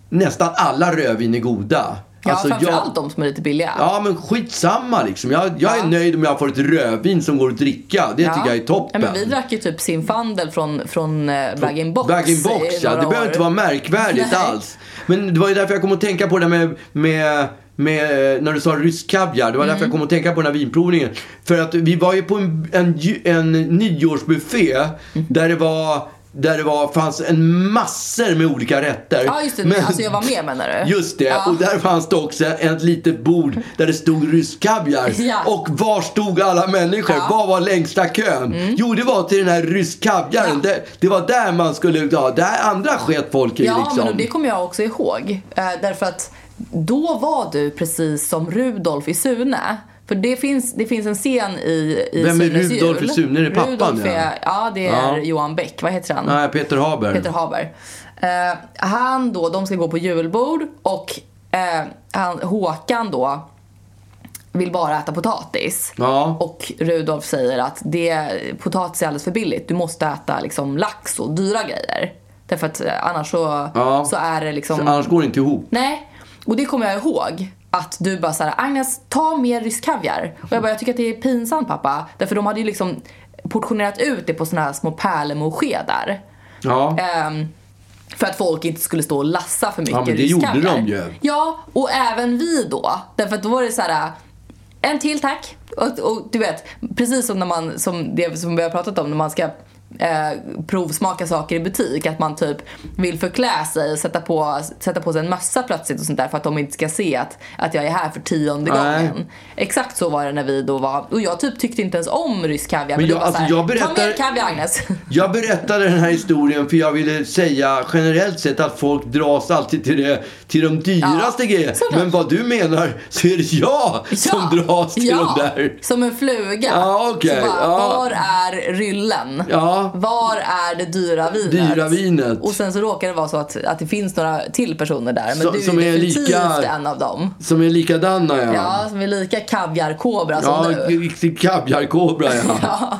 Speaker 2: nästan alla rödvin är goda.
Speaker 1: ja,
Speaker 2: Alltså, jag-
Speaker 1: framförallt de som är lite billiga.
Speaker 2: Ja, men skitsamma liksom. Jag, jag
Speaker 1: Ja.
Speaker 2: är nöjd om jag får ett rödvin som går att dricka. Det tycker jag är toppen.
Speaker 1: Ja, men vi drack ju typ Zinfandel från, från eh, Bag-in-box.
Speaker 2: Bag-in-box,
Speaker 1: i
Speaker 2: ja.
Speaker 1: några
Speaker 2: Det behöver
Speaker 1: år.
Speaker 2: inte vara märkvärdigt
Speaker 1: Nej.
Speaker 2: alls. Men det var ju därför jag kom att tänka på det med, med, med när du sa rysk kaviar. Det var
Speaker 1: Mm.
Speaker 2: därför jag kom att tänka på den här vinprovningen. För att vi var ju på en, en, ju- en nyårsbuffé
Speaker 1: Mm.
Speaker 2: där det var där det var, fanns en massor med olika rätter.
Speaker 1: Ja, just det. Alltså, jag var med, menar du?
Speaker 2: Just det.
Speaker 1: Ja.
Speaker 2: Och där fanns det också ett litet bord där det stod rysk kaviar.
Speaker 1: Ja.
Speaker 2: Och var stod alla människor?
Speaker 1: Ja. Mm.
Speaker 2: Var var längsta kön? Jo, det var till den här rysk kaviaren.
Speaker 1: Ja.
Speaker 2: Det, det var där man skulle... Ja, där andra sket folk i
Speaker 1: Ja,
Speaker 2: liksom.
Speaker 1: men och det kommer jag också ihåg. Eh, därför att då var du precis som Rudolf i Sune. För det finns, det finns en scen i, i
Speaker 2: Vem är
Speaker 1: Sunes
Speaker 2: Rudolf
Speaker 1: jul.
Speaker 2: i Sune? Är det pappan,
Speaker 1: Rudolf
Speaker 2: ja?
Speaker 1: är, ja, det är
Speaker 2: Ja.
Speaker 1: Johan Bäck. Vad heter han?
Speaker 2: Nej, Peter Haber.
Speaker 1: Peter Haber. Eh, han då, de ska gå på julbord och eh, han, Håkan då vill bara äta potatis.
Speaker 2: Ja.
Speaker 1: Och Rudolf säger att det, potatis är alldeles för billigt. Du måste äta liksom lax och dyra grejer. Därför att eh, annars så,
Speaker 2: Ja.
Speaker 1: så är det liksom...
Speaker 2: Annars går det inte ihop.
Speaker 1: Nej, och det kommer jag ihåg. Att du bara såhär, Agnes ta mer rysk kaviar. Och jag bara, jag tycker att det är pinsamt pappa. Därför de hade ju liksom portionerat ut det på såna här små pärlemourskedar.
Speaker 2: Ja.
Speaker 1: Ehm, för att folk inte skulle stå och lassa för mycket
Speaker 2: Ja, men det gjorde
Speaker 1: riskkaviar.
Speaker 2: de ju.
Speaker 1: Ja, och även vi då. Därför att då var det så här. eh, en till tack. Och, och du vet, precis som när man, som det som vi har pratat om, när man ska eh, provsmaka saker i butik. Att man typ vill förklä sig, sätta på, sätta på sig en mössa plötsligt och sånt där för att de inte ska se att, att jag är här för tionde
Speaker 2: Nej.
Speaker 1: gången. Exakt så var det när vi då var, och jag typ tyckte inte ens om rysk kaviar. Men,
Speaker 2: jag-
Speaker 1: det var
Speaker 2: alltså,
Speaker 1: så här,
Speaker 2: jag
Speaker 1: ta
Speaker 2: berättar-
Speaker 1: mer kaviar Agnes. [laughs]
Speaker 2: Jag berättade den här historien för jag ville säga generellt sett att folk dras alltid till, det, till de dyraste
Speaker 1: Ja,
Speaker 2: grejerna.
Speaker 1: såklart.
Speaker 2: Men vad du menar så är det jag som dras till
Speaker 1: ja,
Speaker 2: de där.
Speaker 1: som en fluga.
Speaker 2: Ja, okej,
Speaker 1: Så bara,
Speaker 2: ja.
Speaker 1: Var är ryllen?
Speaker 2: Ja.
Speaker 1: Var är det dyra vinet?
Speaker 2: Dyra vinet.
Speaker 1: Och sen så råkar det vara så att, att det finns några till personer där. Men
Speaker 2: Så-
Speaker 1: du
Speaker 2: som
Speaker 1: är
Speaker 2: är
Speaker 1: definitivt
Speaker 2: lika-
Speaker 1: en av dem.
Speaker 2: Som är likadana ja.
Speaker 1: Ja, som är lika kaviarkobra
Speaker 2: Ja,
Speaker 1: som du.
Speaker 2: riktig kaviarkobra
Speaker 1: [laughs]
Speaker 2: ja.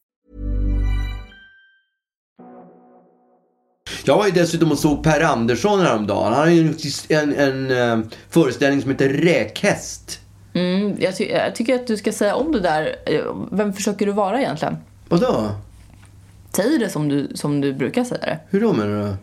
Speaker 2: Jag var ju dessutom och såg Per Andersson häromdagen. Han har ju en, en, en eh, föreställning som heter Räkhäst.
Speaker 1: Mm, jag, ty- jag tycker att du ska säga om det där. Eh, Vem försöker du vara egentligen?
Speaker 2: Vadå?
Speaker 1: Säg det som du, som du brukar säga det.
Speaker 2: Hur då menar du?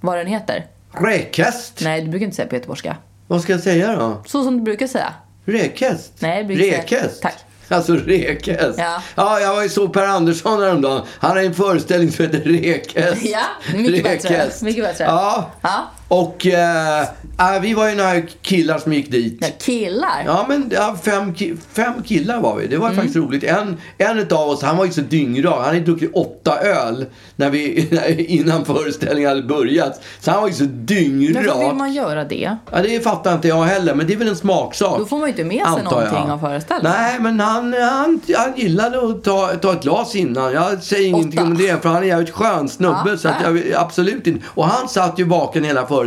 Speaker 1: Vad den heter.
Speaker 2: Räkhäst?
Speaker 1: Nej, du brukar inte säga på göteborgska.
Speaker 2: Vad ska jag säga då?
Speaker 1: Så som du
Speaker 2: [laughs]
Speaker 1: brukar säga.
Speaker 2: Räkhäst?
Speaker 1: Nej, det brukar jag säga.
Speaker 2: Räkhäst?
Speaker 1: Tack.
Speaker 2: [laughs] Alltså räkhäst.
Speaker 1: Ja.
Speaker 2: ja, jag var ju så Per Andersson häromdagen. Han har ju en föreställning som heter Räkhäst.
Speaker 1: Ja, mycket bättre.
Speaker 2: Räkhäst.
Speaker 1: Mycket bättre.
Speaker 2: Ja.
Speaker 1: Ja.
Speaker 2: Och eh, äh, vi var ju några killar som gick dit.
Speaker 1: Ja, killar.
Speaker 2: Ja, men ja, fem, ki- fem killar var vi. Det var
Speaker 1: Mm.
Speaker 2: faktiskt roligt. En, en av oss, han var ju så dyngrak. Han hade druckit åtta öl när vi, [laughs] innan föreställningen hade börjat. Så han var ju så
Speaker 1: Men
Speaker 2: dyngrak.
Speaker 1: varför vill man göra det?
Speaker 2: Ja, det fattar inte jag heller, men det är väl en smaksak.
Speaker 1: Då får man ju inte med sig
Speaker 2: antar
Speaker 1: någonting av föreställningen.
Speaker 2: Nej, men han, han, han gillade att ta, ta ett glas innan. Jag säger ingenting
Speaker 1: Åtta.
Speaker 2: om det, för han är en jävligt skön snubbe.
Speaker 1: Ja,
Speaker 2: så att jag, vill- absolut inte. Och han satt ju vaken hela föreställningen.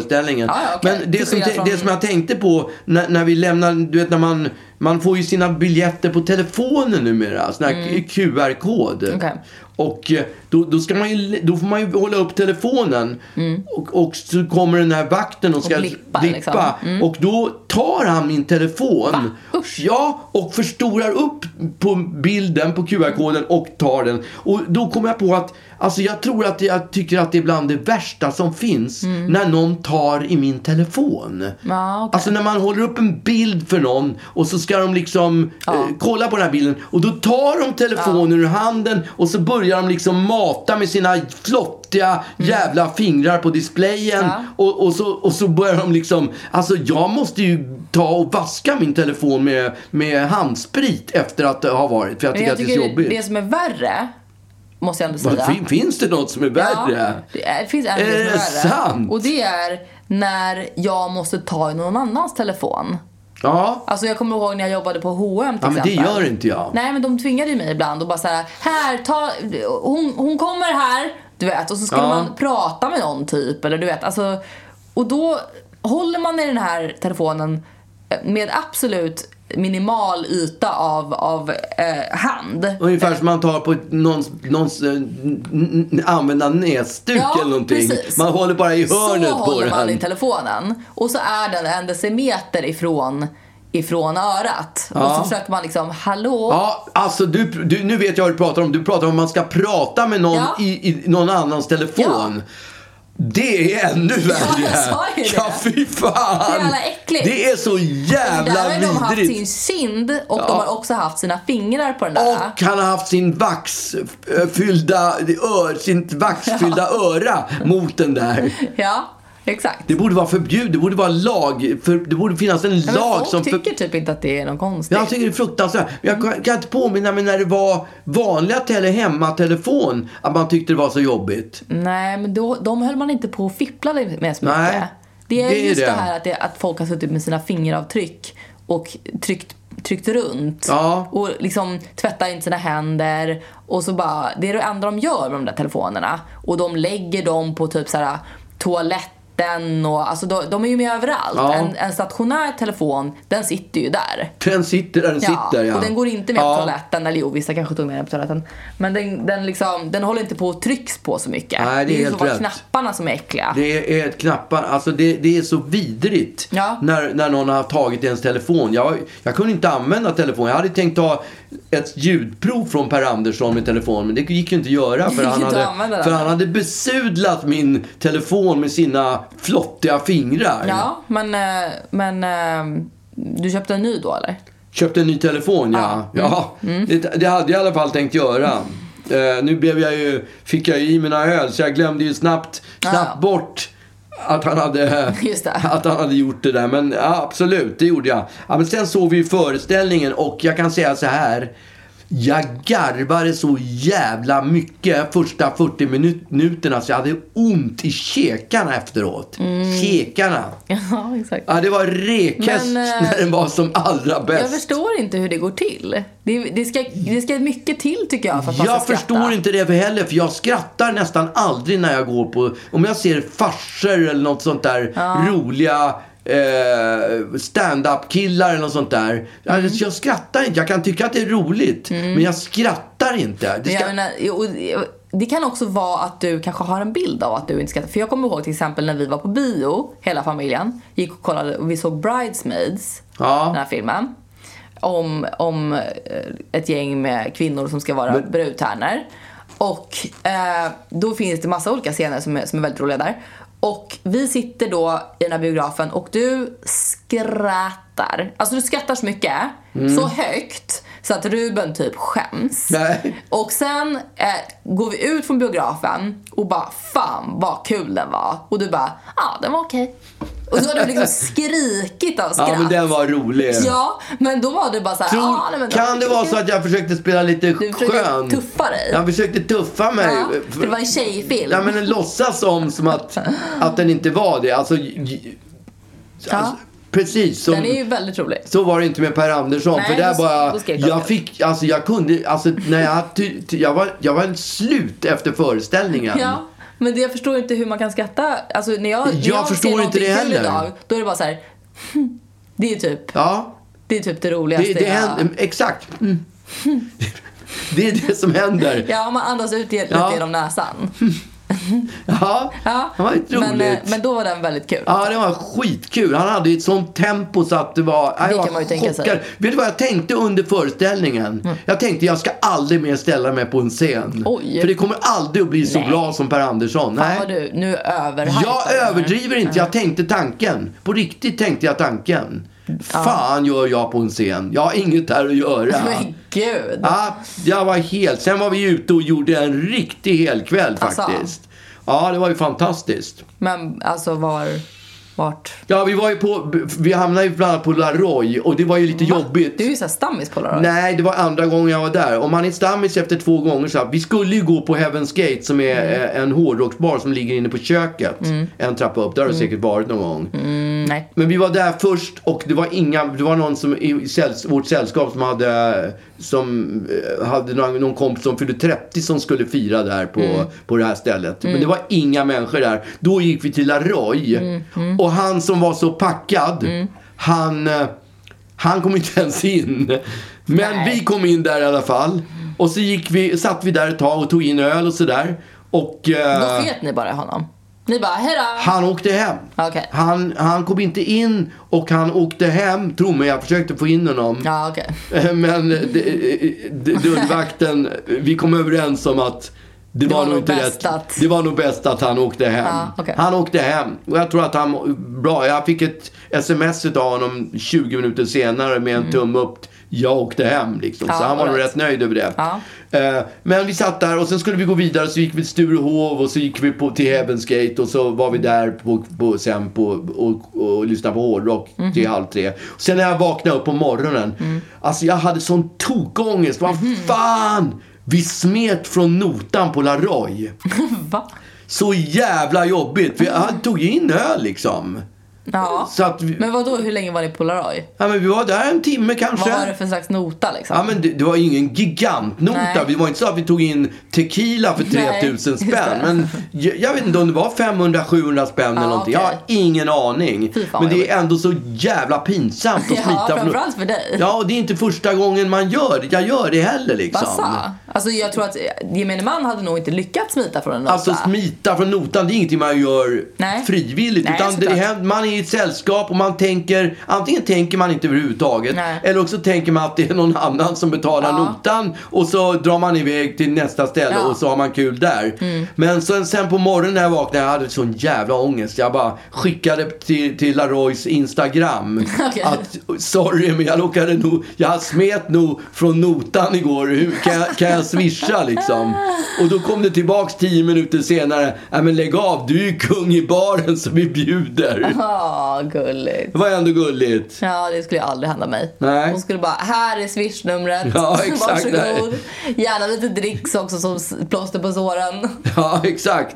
Speaker 1: Ja, ja, okej.
Speaker 2: Men det
Speaker 1: Till
Speaker 2: som,
Speaker 1: skillnad
Speaker 2: te-
Speaker 1: från-
Speaker 2: det som jag tänkte på när, när vi lämnar, du vet när man, man får ju sina biljetter på telefonen numera. Sån här QR-kod.
Speaker 1: Mm. Okej.
Speaker 2: Och eh, då, då, ska man ju, då får man ju hålla upp telefonen och, och så kommer den här vakten och ska
Speaker 1: Mm. blippa,
Speaker 2: blippa.
Speaker 1: liksom.
Speaker 2: Och då tar han min telefon.
Speaker 1: Usch.
Speaker 2: Ja, och förstorar upp på bilden på QR-koden och tar den. Och då kom jag på att alltså jag tror att jag tycker att det är bland det värsta som finns när någon tar i min telefon.
Speaker 1: Mm. Ja, okej.
Speaker 2: Alltså när man håller upp en bild för någon och så ska de liksom eh, kolla på den här bilden och då tar de telefonen ur handen och så börjar de liksom mata med sina flottiga jävla fingrar på displayen
Speaker 1: Mm. Ja.
Speaker 2: och, och, så, och så börjar de liksom Alltså jag måste ju ta och vaska min telefon med, med handsprit efter att det har varit för jag
Speaker 1: Men
Speaker 2: tycker,
Speaker 1: jag
Speaker 2: att det är så
Speaker 1: tycker
Speaker 2: jobbigt.
Speaker 1: det som är värre, måste jag ändå
Speaker 2: Vad
Speaker 1: säga.
Speaker 2: fin- Finns det något som är värre?
Speaker 1: Ja, det är- det finns en
Speaker 2: Är
Speaker 1: grej som
Speaker 2: det
Speaker 1: är värre.
Speaker 2: sant?
Speaker 1: Och det är när jag måste ta i någon annans telefon.
Speaker 2: Ja.
Speaker 1: Alltså jag kommer ihåg när jag jobbade på H&M till
Speaker 2: Ja, men det
Speaker 1: exempel.
Speaker 2: gör inte jag.
Speaker 1: Nej men de tvingade ju mig ibland och bara såhär, här ta, hon, hon kommer här, du vet. Och så skulle
Speaker 2: Ja.
Speaker 1: man prata med någon typ eller du vet. Alltså, och då håller man i den här telefonen eh, med absolut minimal yta av, av eh, hand.
Speaker 2: Ungefär som man tar på ett- någons, någons eh, n- n- använda näsduk
Speaker 1: Ja,
Speaker 2: eller någonting.
Speaker 1: precis.
Speaker 2: Man håller bara i hörnet
Speaker 1: Så
Speaker 2: på
Speaker 1: håller man i
Speaker 2: den.
Speaker 1: telefonen och så är den en decimeter ifrån, ifrån örat. Och så försöker man liksom, hallå?
Speaker 2: Ja, alltså du, du, nu vet jag vad du pratar om. Du pratar om att man ska prata med någon
Speaker 1: Ja.
Speaker 2: i, i någon annans telefon. Det är ännu värre.
Speaker 1: jag sa ju det.
Speaker 2: Ja, fy fan.
Speaker 1: Det är jävla äckligt.
Speaker 2: Det är så jävla
Speaker 1: där har ju de haft
Speaker 2: vidrigt.
Speaker 1: sin kind och de har också haft sina fingrar på den där.
Speaker 2: Och han har haft sin vaxfyllda, ö, sin vaxfyllda öra mot den där.
Speaker 1: Ja, exakt.
Speaker 2: Det borde vara förbjudet, det borde vara lag, för, det borde finnas en
Speaker 1: Men
Speaker 2: lag
Speaker 1: folk
Speaker 2: som... för- alltså
Speaker 1: tycker typ inte att det är något konstigt.
Speaker 2: Jag tycker det är fruktansvärt. Men Jag kan- kan inte påminna mig när det var vanliga tele, hemmatelefon att man tyckte det var så jobbigt.
Speaker 1: Nej, men då, de höll man inte på och fipplade med så mycket.
Speaker 2: Nej,
Speaker 1: det är
Speaker 2: det är
Speaker 1: just det,
Speaker 2: det.
Speaker 1: här att, det, att folk har suttit med sina fingeravtryck och tryckt, tryckt runt.
Speaker 2: Ja.
Speaker 1: Och liksom tvättar inte sina händer. Och så bara, det är det enda de gör med de där telefonerna. Och de lägger dem på typ så här toaletten och alltså de, de är ju med överallt.
Speaker 2: Ja.
Speaker 1: En, en stationär telefon, den sitter ju där.
Speaker 2: Den sitter där den sitter ja.
Speaker 1: Och den går inte med
Speaker 2: Ja.
Speaker 1: på toaletten. Eller jo, vissa kanske tog med den på toaletten. Men den, den, liksom, den håller inte på och trycks på så mycket.
Speaker 2: Nej, det är
Speaker 1: ju
Speaker 2: helt
Speaker 1: så bara
Speaker 2: rätt.
Speaker 1: knapparna som är äckliga.
Speaker 2: Det är ett knappar, alltså det, det är så vidrigt
Speaker 1: Ja.
Speaker 2: när, när någon har tagit ens telefon. Jag, jag kunde inte använda telefonen. Jag hade tänkt ta ett ljudprov från Per Andersson med telefonen, men det gick ju inte att göra för,
Speaker 1: gick
Speaker 2: han
Speaker 1: inte att
Speaker 2: hade,
Speaker 1: använda den.
Speaker 2: för han hade besudlat min telefon med sina flottiga fingrar.
Speaker 1: Ja, men, eh, men eh, du köpte en ny då eller? [laughs]
Speaker 2: Köpte en ny telefon, ja. ja. Ah. Mm. Det, det hade jag i alla fall tänkt göra. Eh, nu blev jag ju, fick jag ju i mina öl, så jag glömde ju snabbt, snabbt
Speaker 1: Ja.
Speaker 2: bort att han, [laughs] hade,
Speaker 1: Just det.
Speaker 2: att han hade gjort det där. Men ja, absolut, det gjorde jag. Ja, men sen såg vi ju föreställningen och jag kan säga så här. Jag garvade så jävla mycket första 40 minut- minuterna så jag hade ont i käkarna efteråt. Käkarna.
Speaker 1: Ja, exakt.
Speaker 2: Ja, det var rekhäst
Speaker 1: Men, eh,
Speaker 2: när den var som allra bäst.
Speaker 1: Jag förstår inte hur det går till. Det, det, ska, det ska mycket till tycker jag för att man
Speaker 2: Jag
Speaker 1: ska
Speaker 2: förstår
Speaker 1: skratta.
Speaker 2: inte det för heller, för jag skrattar nästan aldrig när jag går på... Om jag ser farser eller något sånt där roliga eh, stand-up-killar eller något sånt där.
Speaker 1: Mm.
Speaker 2: Alltså, jag skrattar inte. Jag kan tycka att det är roligt, men jag skrattar inte. Det
Speaker 1: Men
Speaker 2: ska...
Speaker 1: jag menar, jo, och- det kan också vara att du kanske har en bild av att du inte skrattar. För jag kommer ihåg till exempel när vi var på bio, hela familjen. Gick och kollade och vi såg Bridesmaids,
Speaker 2: Ja.
Speaker 1: den här filmen. Om, om eh, ett gäng med kvinnor som ska vara brudtärnor. Och eh, då finns det massa olika scener som är, som är väldigt roliga där. Och vi sitter då i den här biografen och du skrattar. Alltså du skrattar så mycket,
Speaker 2: Mm.
Speaker 1: så högt, så att Ruben typ skäms.
Speaker 2: Nej.
Speaker 1: Och sen eh, går vi ut från biografen och bara fan vad kul den var. Och du bara ja ah, den var okej. Och så har du
Speaker 2: [laughs]
Speaker 1: liksom skrikit av skratt.
Speaker 2: Ja, men den var rolig.
Speaker 1: Ja, men då var du bara såhär,
Speaker 2: Tror,
Speaker 1: ah, nej, men
Speaker 2: kan det vara så att jag försökte spela lite
Speaker 1: Du försökte
Speaker 2: skön?
Speaker 1: tuffa dig.
Speaker 2: Jag försökte tuffa mig.
Speaker 1: Ja, för det var en tjejfilm.
Speaker 2: Ja, men den låtsas om som att, att den inte var det. Alltså, j- j-
Speaker 1: Ja.
Speaker 2: alltså precis. Som,
Speaker 1: Den är ju väldigt rolig.
Speaker 2: Så var det inte med Per Andersson.
Speaker 1: Nej,
Speaker 2: för där
Speaker 1: då-
Speaker 2: bara,
Speaker 1: då skrek jag
Speaker 2: jag
Speaker 1: fel.
Speaker 2: fick, alltså jag kunde, alltså när jag, ty, ty, jag, var, jag var slut efter föreställningen.
Speaker 1: Ja, men det, jag förstår inte hur man kan skratta. Alltså när jag, när
Speaker 2: Jag förstår inte
Speaker 1: ser någonting
Speaker 2: det
Speaker 1: kul
Speaker 2: heller.
Speaker 1: Idag, då är det bara så här. "Hm, det är typ,
Speaker 2: Ja,
Speaker 1: det är typ det
Speaker 2: det,
Speaker 1: roligaste
Speaker 2: det, händer, exakt. Mm. [laughs] Det är det som händer.
Speaker 1: jag... Ja, man andas ut ge- lite
Speaker 2: Ja.
Speaker 1: genom näsan.
Speaker 2: Ja,
Speaker 1: Ja,
Speaker 2: det var ju roligt.
Speaker 1: men, eh, men då var den väldigt kul.
Speaker 2: Ja, det var skitkul. Han hade ju ett sånt tempo så att det var... Jag
Speaker 1: Det
Speaker 2: var
Speaker 1: kan man ju tänka sig. Mm.
Speaker 2: chockad. Vet du vad jag tänkte under föreställningen? Jag tänkte jag ska aldrig mer ställa mig på en scen.
Speaker 1: Oj.
Speaker 2: För det kommer aldrig att bli så bra som Per Andersson.
Speaker 1: Fan
Speaker 2: Nej.
Speaker 1: vad du, nu överhypar
Speaker 2: Jag
Speaker 1: du här.
Speaker 2: överdriver inte, jag tänkte tanken. På riktigt tänkte jag tanken. Fan gör jag på en scen. Jag har inget där att göra.
Speaker 1: [laughs] Men gud.
Speaker 2: Ja, jag var helt... Sen var vi ute och gjorde en riktig helkväll
Speaker 1: Alltså.
Speaker 2: faktiskt. Ja, det var ju fantastiskt.
Speaker 1: Men alltså var, vart?
Speaker 2: Ja, vi var ju på... Vi hamnade ju bland annat på Laroy och det var ju lite jobbigt.
Speaker 1: Du är ju såhär stammis på Laroy.
Speaker 2: Nej, det var andra gången jag var där. Om man är stammis efter två gånger så här, Vi skulle ju gå på Heaven's Gate som är
Speaker 1: Mm.
Speaker 2: eh, en hårdrocksbar som ligger inne på köket. En trappa upp. Där har du säkert varit någon gång.
Speaker 1: Mm, nej.
Speaker 2: Men vi var där först och det var inga, det var någon som i sälls, vårt sällskap som hade, som eh, hade någon, någon kompis som fyllde 30 som skulle fira där på,
Speaker 1: Mm.
Speaker 2: på det här stället. Men det var inga människor där. Då gick vi till Laroy
Speaker 1: Mm,
Speaker 2: och han som var så packad, han, eh, han kom inte ens in. Men
Speaker 1: Nej.
Speaker 2: vi kom in där i alla fall. Och så gick vi, satt vi där ett tag och tog in öl och sådär. Och... eh,
Speaker 1: Då fet ni bara honom. Ni bara hejdå.
Speaker 2: han åkte hem.
Speaker 1: Okej.
Speaker 2: Han, han kom inte in och han åkte hem. Tro mig, jag försökte få in honom.
Speaker 1: Ja okej.
Speaker 2: [laughs] Eh, Men det- det- dörrvakten, vi kom överens om att det, var, nog inte
Speaker 1: bäst
Speaker 2: rätt.
Speaker 1: att-
Speaker 2: Det var nog bäst att han åkte hem.
Speaker 1: Ja, okej.
Speaker 2: Han åkte hem. Och jag tror att han må- bra. Jag fick ett sms av honom 20 minuter senare med
Speaker 1: Mm.
Speaker 2: en tumme upp. Jag åkte hem liksom.
Speaker 1: Ja,
Speaker 2: så han var nog
Speaker 1: alright.
Speaker 2: rätt nöjd över det.
Speaker 1: Ja.
Speaker 2: Eh, Men vi satt där och sen skulle vi gå vidare så gick vi till Sturehov och så gick vi på, till Heaven's Gate och så var vi där på, på, sen på, och, och lyssnade på hårdrock
Speaker 1: Mhm.
Speaker 2: till halv tre. Sen när jag vaknade upp på morgonen,
Speaker 1: Mm.
Speaker 2: alltså jag hade sån tokångest. Vad
Speaker 1: Mhm.
Speaker 2: fan! Vi smet från notan på Laroy.
Speaker 1: Va?
Speaker 2: Så jävla jobbigt. För jag tog ju in öl liksom.
Speaker 1: Mhm. Ja.
Speaker 2: Så att vi,
Speaker 1: Men vadå hur länge var ni på Laroy?
Speaker 2: ja, men vi var där en timme kanske.
Speaker 1: Vad var det för slags nota liksom?
Speaker 2: Ja men det, det var ju ingen gigantnota.
Speaker 1: Nej.
Speaker 2: Det var inte så att vi tog in tequila för
Speaker 1: Nej,
Speaker 2: 3000
Speaker 1: just
Speaker 2: spänn.
Speaker 1: det.
Speaker 2: Men jag, jag vet inte om det var 500-700 spänn eller
Speaker 1: Ja,
Speaker 2: någonting. Jag har
Speaker 1: okej.
Speaker 2: ingen aning.
Speaker 1: Fy fan,
Speaker 2: Men
Speaker 1: vad
Speaker 2: det är ändå så jävla pinsamt att
Speaker 1: [laughs] Ja,
Speaker 2: smita från-
Speaker 1: framförallt för dig.
Speaker 2: Ja, och det är inte första gången man gör det. Jag gör det heller liksom.
Speaker 1: Bassa. Alltså jag tror att gemene man hade nog inte lyckats smita från en nota.
Speaker 2: Alltså smita från notan, det är ingenting man gör
Speaker 1: Nej.
Speaker 2: frivilligt.
Speaker 1: Nej,
Speaker 2: utan det
Speaker 1: såklart.
Speaker 2: händer, man är i ett sällskap och man tänker, antingen tänker man inte överhuvudtaget.
Speaker 1: Nej.
Speaker 2: Eller också tänker man att det är någon annan som betalar
Speaker 1: Ja.
Speaker 2: notan. Och så drar man iväg till nästa ställe
Speaker 1: Ja. Mm.
Speaker 2: och så har man kul där. Men sen, sen på morgonen när jag vaknade, jag hade sån jävla ångest. Jag bara skickade till, till Laroys
Speaker 1: [laughs]
Speaker 2: Instagram.
Speaker 1: Okej.
Speaker 2: att, sorry men jag råkade nog, jag smet nog från notan igår. Hur, kan, jag, kan jag kan swisha liksom. Och då kom det tillbaks tio minuter senare. Nej men lägg av, du är ju kung i baren som vi bjuder.
Speaker 1: Ja, gulligt.
Speaker 2: Det var ändå gulligt. [laughs]
Speaker 1: Ja, det skulle ju aldrig hända mig.
Speaker 2: Nej.
Speaker 1: Hon skulle bara, här är swishnumret. [laughs]
Speaker 2: Ja, exakt.
Speaker 1: Varsågod. Gärna lite dricks också som s- plåster på
Speaker 2: [laughs]
Speaker 1: såren.
Speaker 2: Ja, exakt.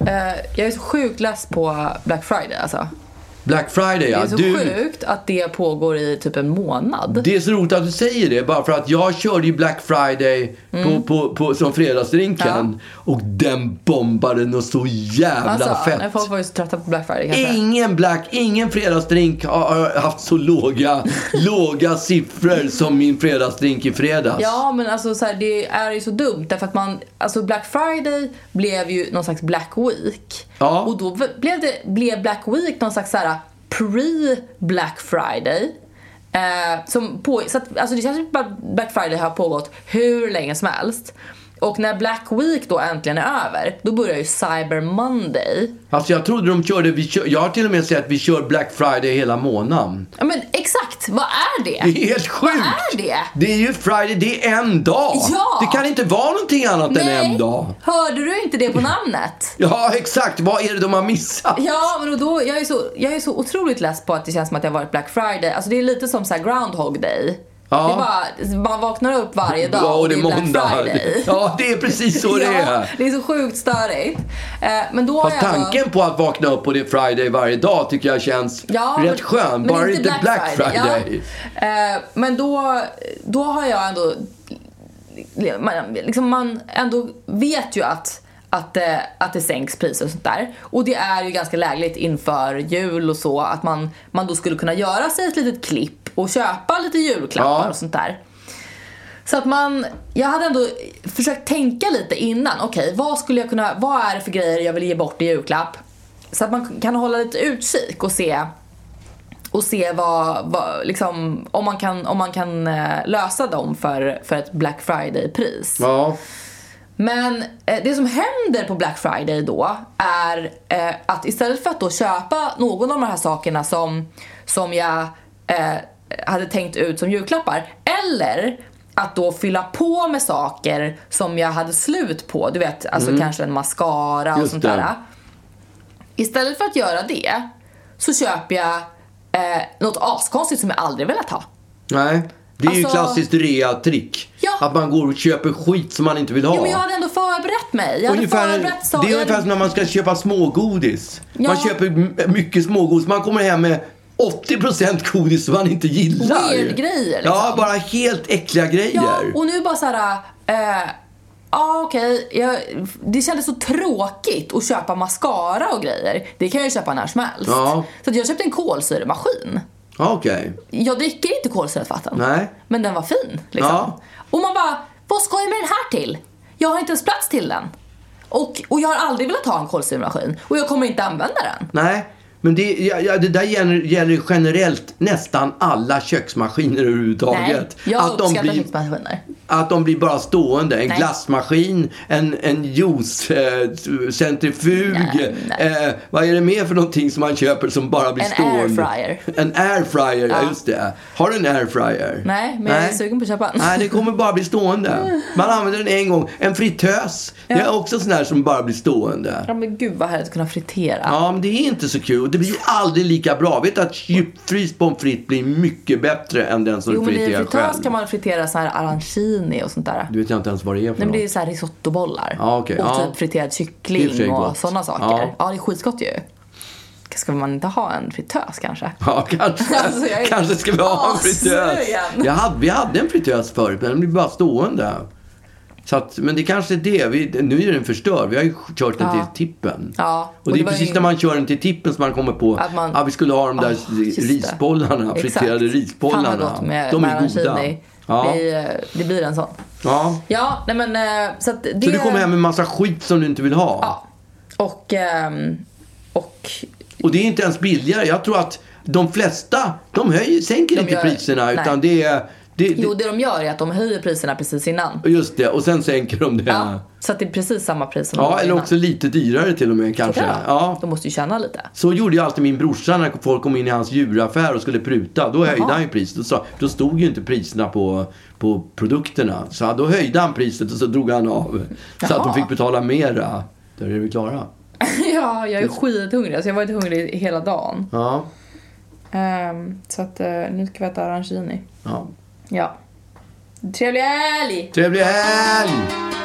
Speaker 1: Eh, Jag är så sjukt less på Black Friday alltså.
Speaker 2: Black Friday
Speaker 1: Det
Speaker 2: ja.
Speaker 1: är så
Speaker 2: Du,
Speaker 1: sjukt att det pågår i typ en månad.
Speaker 2: det är så roligt att du säger det. Bara för att jag körde ju Black Friday på,
Speaker 1: Mm.
Speaker 2: på, på, som fredagsdrinken. Och den bombade något så jävla
Speaker 1: Alltså,
Speaker 2: fett.
Speaker 1: nej, folk var ju så trötta på Black Friday kanske.
Speaker 2: Ingen black, ingen fredagsdrink har har haft så
Speaker 1: [laughs]
Speaker 2: låga, låga siffror som min fredagsdrink i fredags.
Speaker 1: Ja, men alltså så här, det är ju så dumt därför att man, alltså Black Friday blev ju någon slags Black Week.
Speaker 2: Ja.
Speaker 1: Och då v- blev, det, blev Black Week någon slags så här pre-Black Friday. Eh, som på, så att, alltså det känns som att Black Friday har pågått hur länge som helst. Och när Black Week då äntligen är över, då börjar ju Cyber Monday.
Speaker 2: Alltså jag trodde de körde, vi kör, jag har till och med sett att vi kör black friday hela månaden.
Speaker 1: Ja men exakt, vad är det?
Speaker 2: Det är helt sjukt!
Speaker 1: är det?
Speaker 2: Det är ju friday, det är en dag!
Speaker 1: Ja!
Speaker 2: Det kan inte vara någonting annat än en dag.
Speaker 1: hörde du inte det på namnet?
Speaker 2: Ja, exakt. Vad är det de har missat?
Speaker 1: Ja, men och då, jag, är så, jag är så otroligt less på att det känns som att det har varit Black Friday. Alltså det är lite som så här Groundhog Day.
Speaker 2: Ja.
Speaker 1: Det är bara, man vaknar upp varje dag
Speaker 2: Ja, och det är
Speaker 1: Black
Speaker 2: måndag.
Speaker 1: Friday.
Speaker 2: Ja, det är precis så det
Speaker 1: [laughs] Ja,
Speaker 2: är.
Speaker 1: det är så sjukt störigt. Eh, Men då har
Speaker 2: Fast
Speaker 1: jag ändå-
Speaker 2: tanken på att vakna upp på det Friday varje dag tycker jag känns
Speaker 1: Ja,
Speaker 2: rätt
Speaker 1: men-
Speaker 2: skön.
Speaker 1: men
Speaker 2: Bara inte Black, Friday.
Speaker 1: Ja. Eh, men då, då har jag ändå... Man, liksom man ändå vet ju att, att, eh, att det sänks priser och sånt där. Och det är ju ganska lägligt inför jul och så att man, man då skulle kunna göra sig ett litet klipp och köpa lite julklappar
Speaker 2: Ja.
Speaker 1: och sånt där. Så att man, jag hade ändå försökt tänka lite innan. Okej, vad skulle jag kunna, vad är det för grejer jag vill ge bort i julklapp? Så att man kan hålla lite utkik och se, och se vad, vad liksom, om man kan, om man kan eh, lösa dem för, för ett Black Friday-pris.
Speaker 2: Ja.
Speaker 1: Men eh, det som händer på Black Friday då är eh, att istället för att då köpa någon av de här sakerna som, som jag eh, hade tänkt ut som julklappar eller att då fylla på med saker som jag hade slut på, du vet alltså kanske en mascara och
Speaker 2: Mm. Just
Speaker 1: sånt
Speaker 2: det.
Speaker 1: där. Istället för att göra det så köper jag eh, något askonstigt som jag aldrig velat ha.
Speaker 2: Nej. Det är ju
Speaker 1: Alltså-
Speaker 2: klassiskt rea-trick.
Speaker 1: Ja.
Speaker 2: Att man går och köper skit som man inte vill ha.
Speaker 1: Jo men jag hade ändå förberett mig. Jag hade
Speaker 2: Ungefär,
Speaker 1: förberett så-
Speaker 2: det är
Speaker 1: jag
Speaker 2: ungefär
Speaker 1: hade-
Speaker 2: som när man ska köpa smågodis.
Speaker 1: Ja.
Speaker 2: Man köper m- mycket smågodis. Man kommer hem med 80% godis som man inte gillar.
Speaker 1: Weird-grejer, liksom.
Speaker 2: Ja, bara helt äckliga grejer.
Speaker 1: Ja, och nu bara såhär... Eh, ja, okej. jag- Det kändes så tråkigt att köpa mascara och grejer. Det kan jag ju köpa när som helst.
Speaker 2: Ja.
Speaker 1: Så att jag köpte en kolsyremaskin.
Speaker 2: Ja, Okej.
Speaker 1: Jag dricker inte kolsyrat vatten.
Speaker 2: Nej.
Speaker 1: Men den var fin. Liksom.
Speaker 2: Ja.
Speaker 1: Och man bara, vad ska jag med den här till? Jag har inte ens plats till den. Och, och jag har aldrig velat ha en kolsyremaskin. Och jag kommer inte använda den.
Speaker 2: Nej, men det, ja, ja, det där gäller, gäller generellt nästan alla köksmaskiner överhuvudtaget.
Speaker 1: Nej, jag
Speaker 2: att, de
Speaker 1: uppskattar
Speaker 2: blir,
Speaker 1: köksmaskiner.
Speaker 2: att de blir bara stående. En
Speaker 1: Nej.
Speaker 2: glassmaskin, en, en juicecentrifug, eh, centrifug,
Speaker 1: Nej, nej.
Speaker 2: eh, vad är det mer för någonting som man köper som bara blir
Speaker 1: En
Speaker 2: stående?
Speaker 1: airfryer.
Speaker 2: En airfryer, ja.
Speaker 1: Ja.
Speaker 2: just det. Har du en airfryer?
Speaker 1: Nej, men jag är sugen på att köpa en.
Speaker 2: Nej, det kommer bara bli stående. Man använder den en gång. En fritös, det är också sån här som bara blir stående.
Speaker 1: Ja, men gud vad härligt att kunna fritera.
Speaker 2: Ja, men det är inte så kul. Det blir ju aldrig lika bra. Vet du att djupfryst pommes frites blir mycket bättre än den som
Speaker 1: Jo
Speaker 2: du
Speaker 1: men i
Speaker 2: friterar
Speaker 1: en fritös
Speaker 2: själv?
Speaker 1: kan man fritera så här arancini och sånt där.
Speaker 2: Du vet jag inte ens vad det är för
Speaker 1: Nej men det är ju
Speaker 2: något.
Speaker 1: så här risottobollar.
Speaker 2: Ja, okej,
Speaker 1: och
Speaker 2: ja.
Speaker 1: typ friterad
Speaker 2: Det är i och för sig
Speaker 1: kyckling och
Speaker 2: gott.
Speaker 1: sådana saker.
Speaker 2: Ja.
Speaker 1: Ja. det är skitgott ju. Ska man inte ha en fritös kanske?
Speaker 2: Ja, kanske.
Speaker 1: [laughs] Alltså, jag är
Speaker 2: kanske ska vi ha en fritös.
Speaker 1: assugen.
Speaker 2: Jag hade, vi hade en fritös förut, men den blev bara stående. Så att, men det kanske är det. Vi, nu är den förstörd. Vi har ju kört den till tippen.
Speaker 1: Ja,
Speaker 2: Och,
Speaker 1: och
Speaker 2: det
Speaker 1: det
Speaker 2: är
Speaker 1: var
Speaker 2: precis
Speaker 1: ju-
Speaker 2: när man kör den till tippen som man kommer på att
Speaker 1: Att man-
Speaker 2: vi skulle ha de där
Speaker 1: Ah, just det.
Speaker 2: risbollarna, friterade
Speaker 1: Exakt.
Speaker 2: risbollarna.
Speaker 1: Fan vad gott med
Speaker 2: de är
Speaker 1: maraschino
Speaker 2: goda.
Speaker 1: i.
Speaker 2: Ja.
Speaker 1: Det, är, eh, det blir en sån.
Speaker 2: Ja.
Speaker 1: Ja, nej men eh, så att det...
Speaker 2: Så du kommer hem med massa skit som du inte vill ha.
Speaker 1: Ja. Och, ehm, och
Speaker 2: Och det är inte ens billigare. Jag tror att de flesta, de höjer, sänker
Speaker 1: De
Speaker 2: inte
Speaker 1: gör-
Speaker 2: priserna.
Speaker 1: nej.
Speaker 2: Utan det är... Det, det,
Speaker 1: jo, det de gör är att de höjer priserna precis innan.
Speaker 2: Just det, och sen sänker de det.
Speaker 1: Ja, så att det är precis samma pris som de
Speaker 2: Ja,
Speaker 1: hade
Speaker 2: eller
Speaker 1: innan.
Speaker 2: också lite dyrare till och med kanske.
Speaker 1: Ja,
Speaker 2: Ja.
Speaker 1: De måste ju tjäna lite.
Speaker 2: Så gjorde ju alltid min brorsa när folk kom in i hans djuraffär och skulle pruta. Då höjde
Speaker 1: Jaha.
Speaker 2: han ju priset. Då, sa, då stod ju inte priserna på, på produkterna. Så då höjde han priset och så drog han av. Så att de
Speaker 1: Jaha.
Speaker 2: fick betala mera. Där är vi klara.
Speaker 1: [laughs] ja, jag är skithungrig. Alltså, jag har varit hungrig hela dagen.
Speaker 2: Ja.
Speaker 1: Ehm, så att eh, nu ska vi äta arancini.
Speaker 2: ja.
Speaker 1: Ja. Trevlig helg!
Speaker 2: Trevlig helg!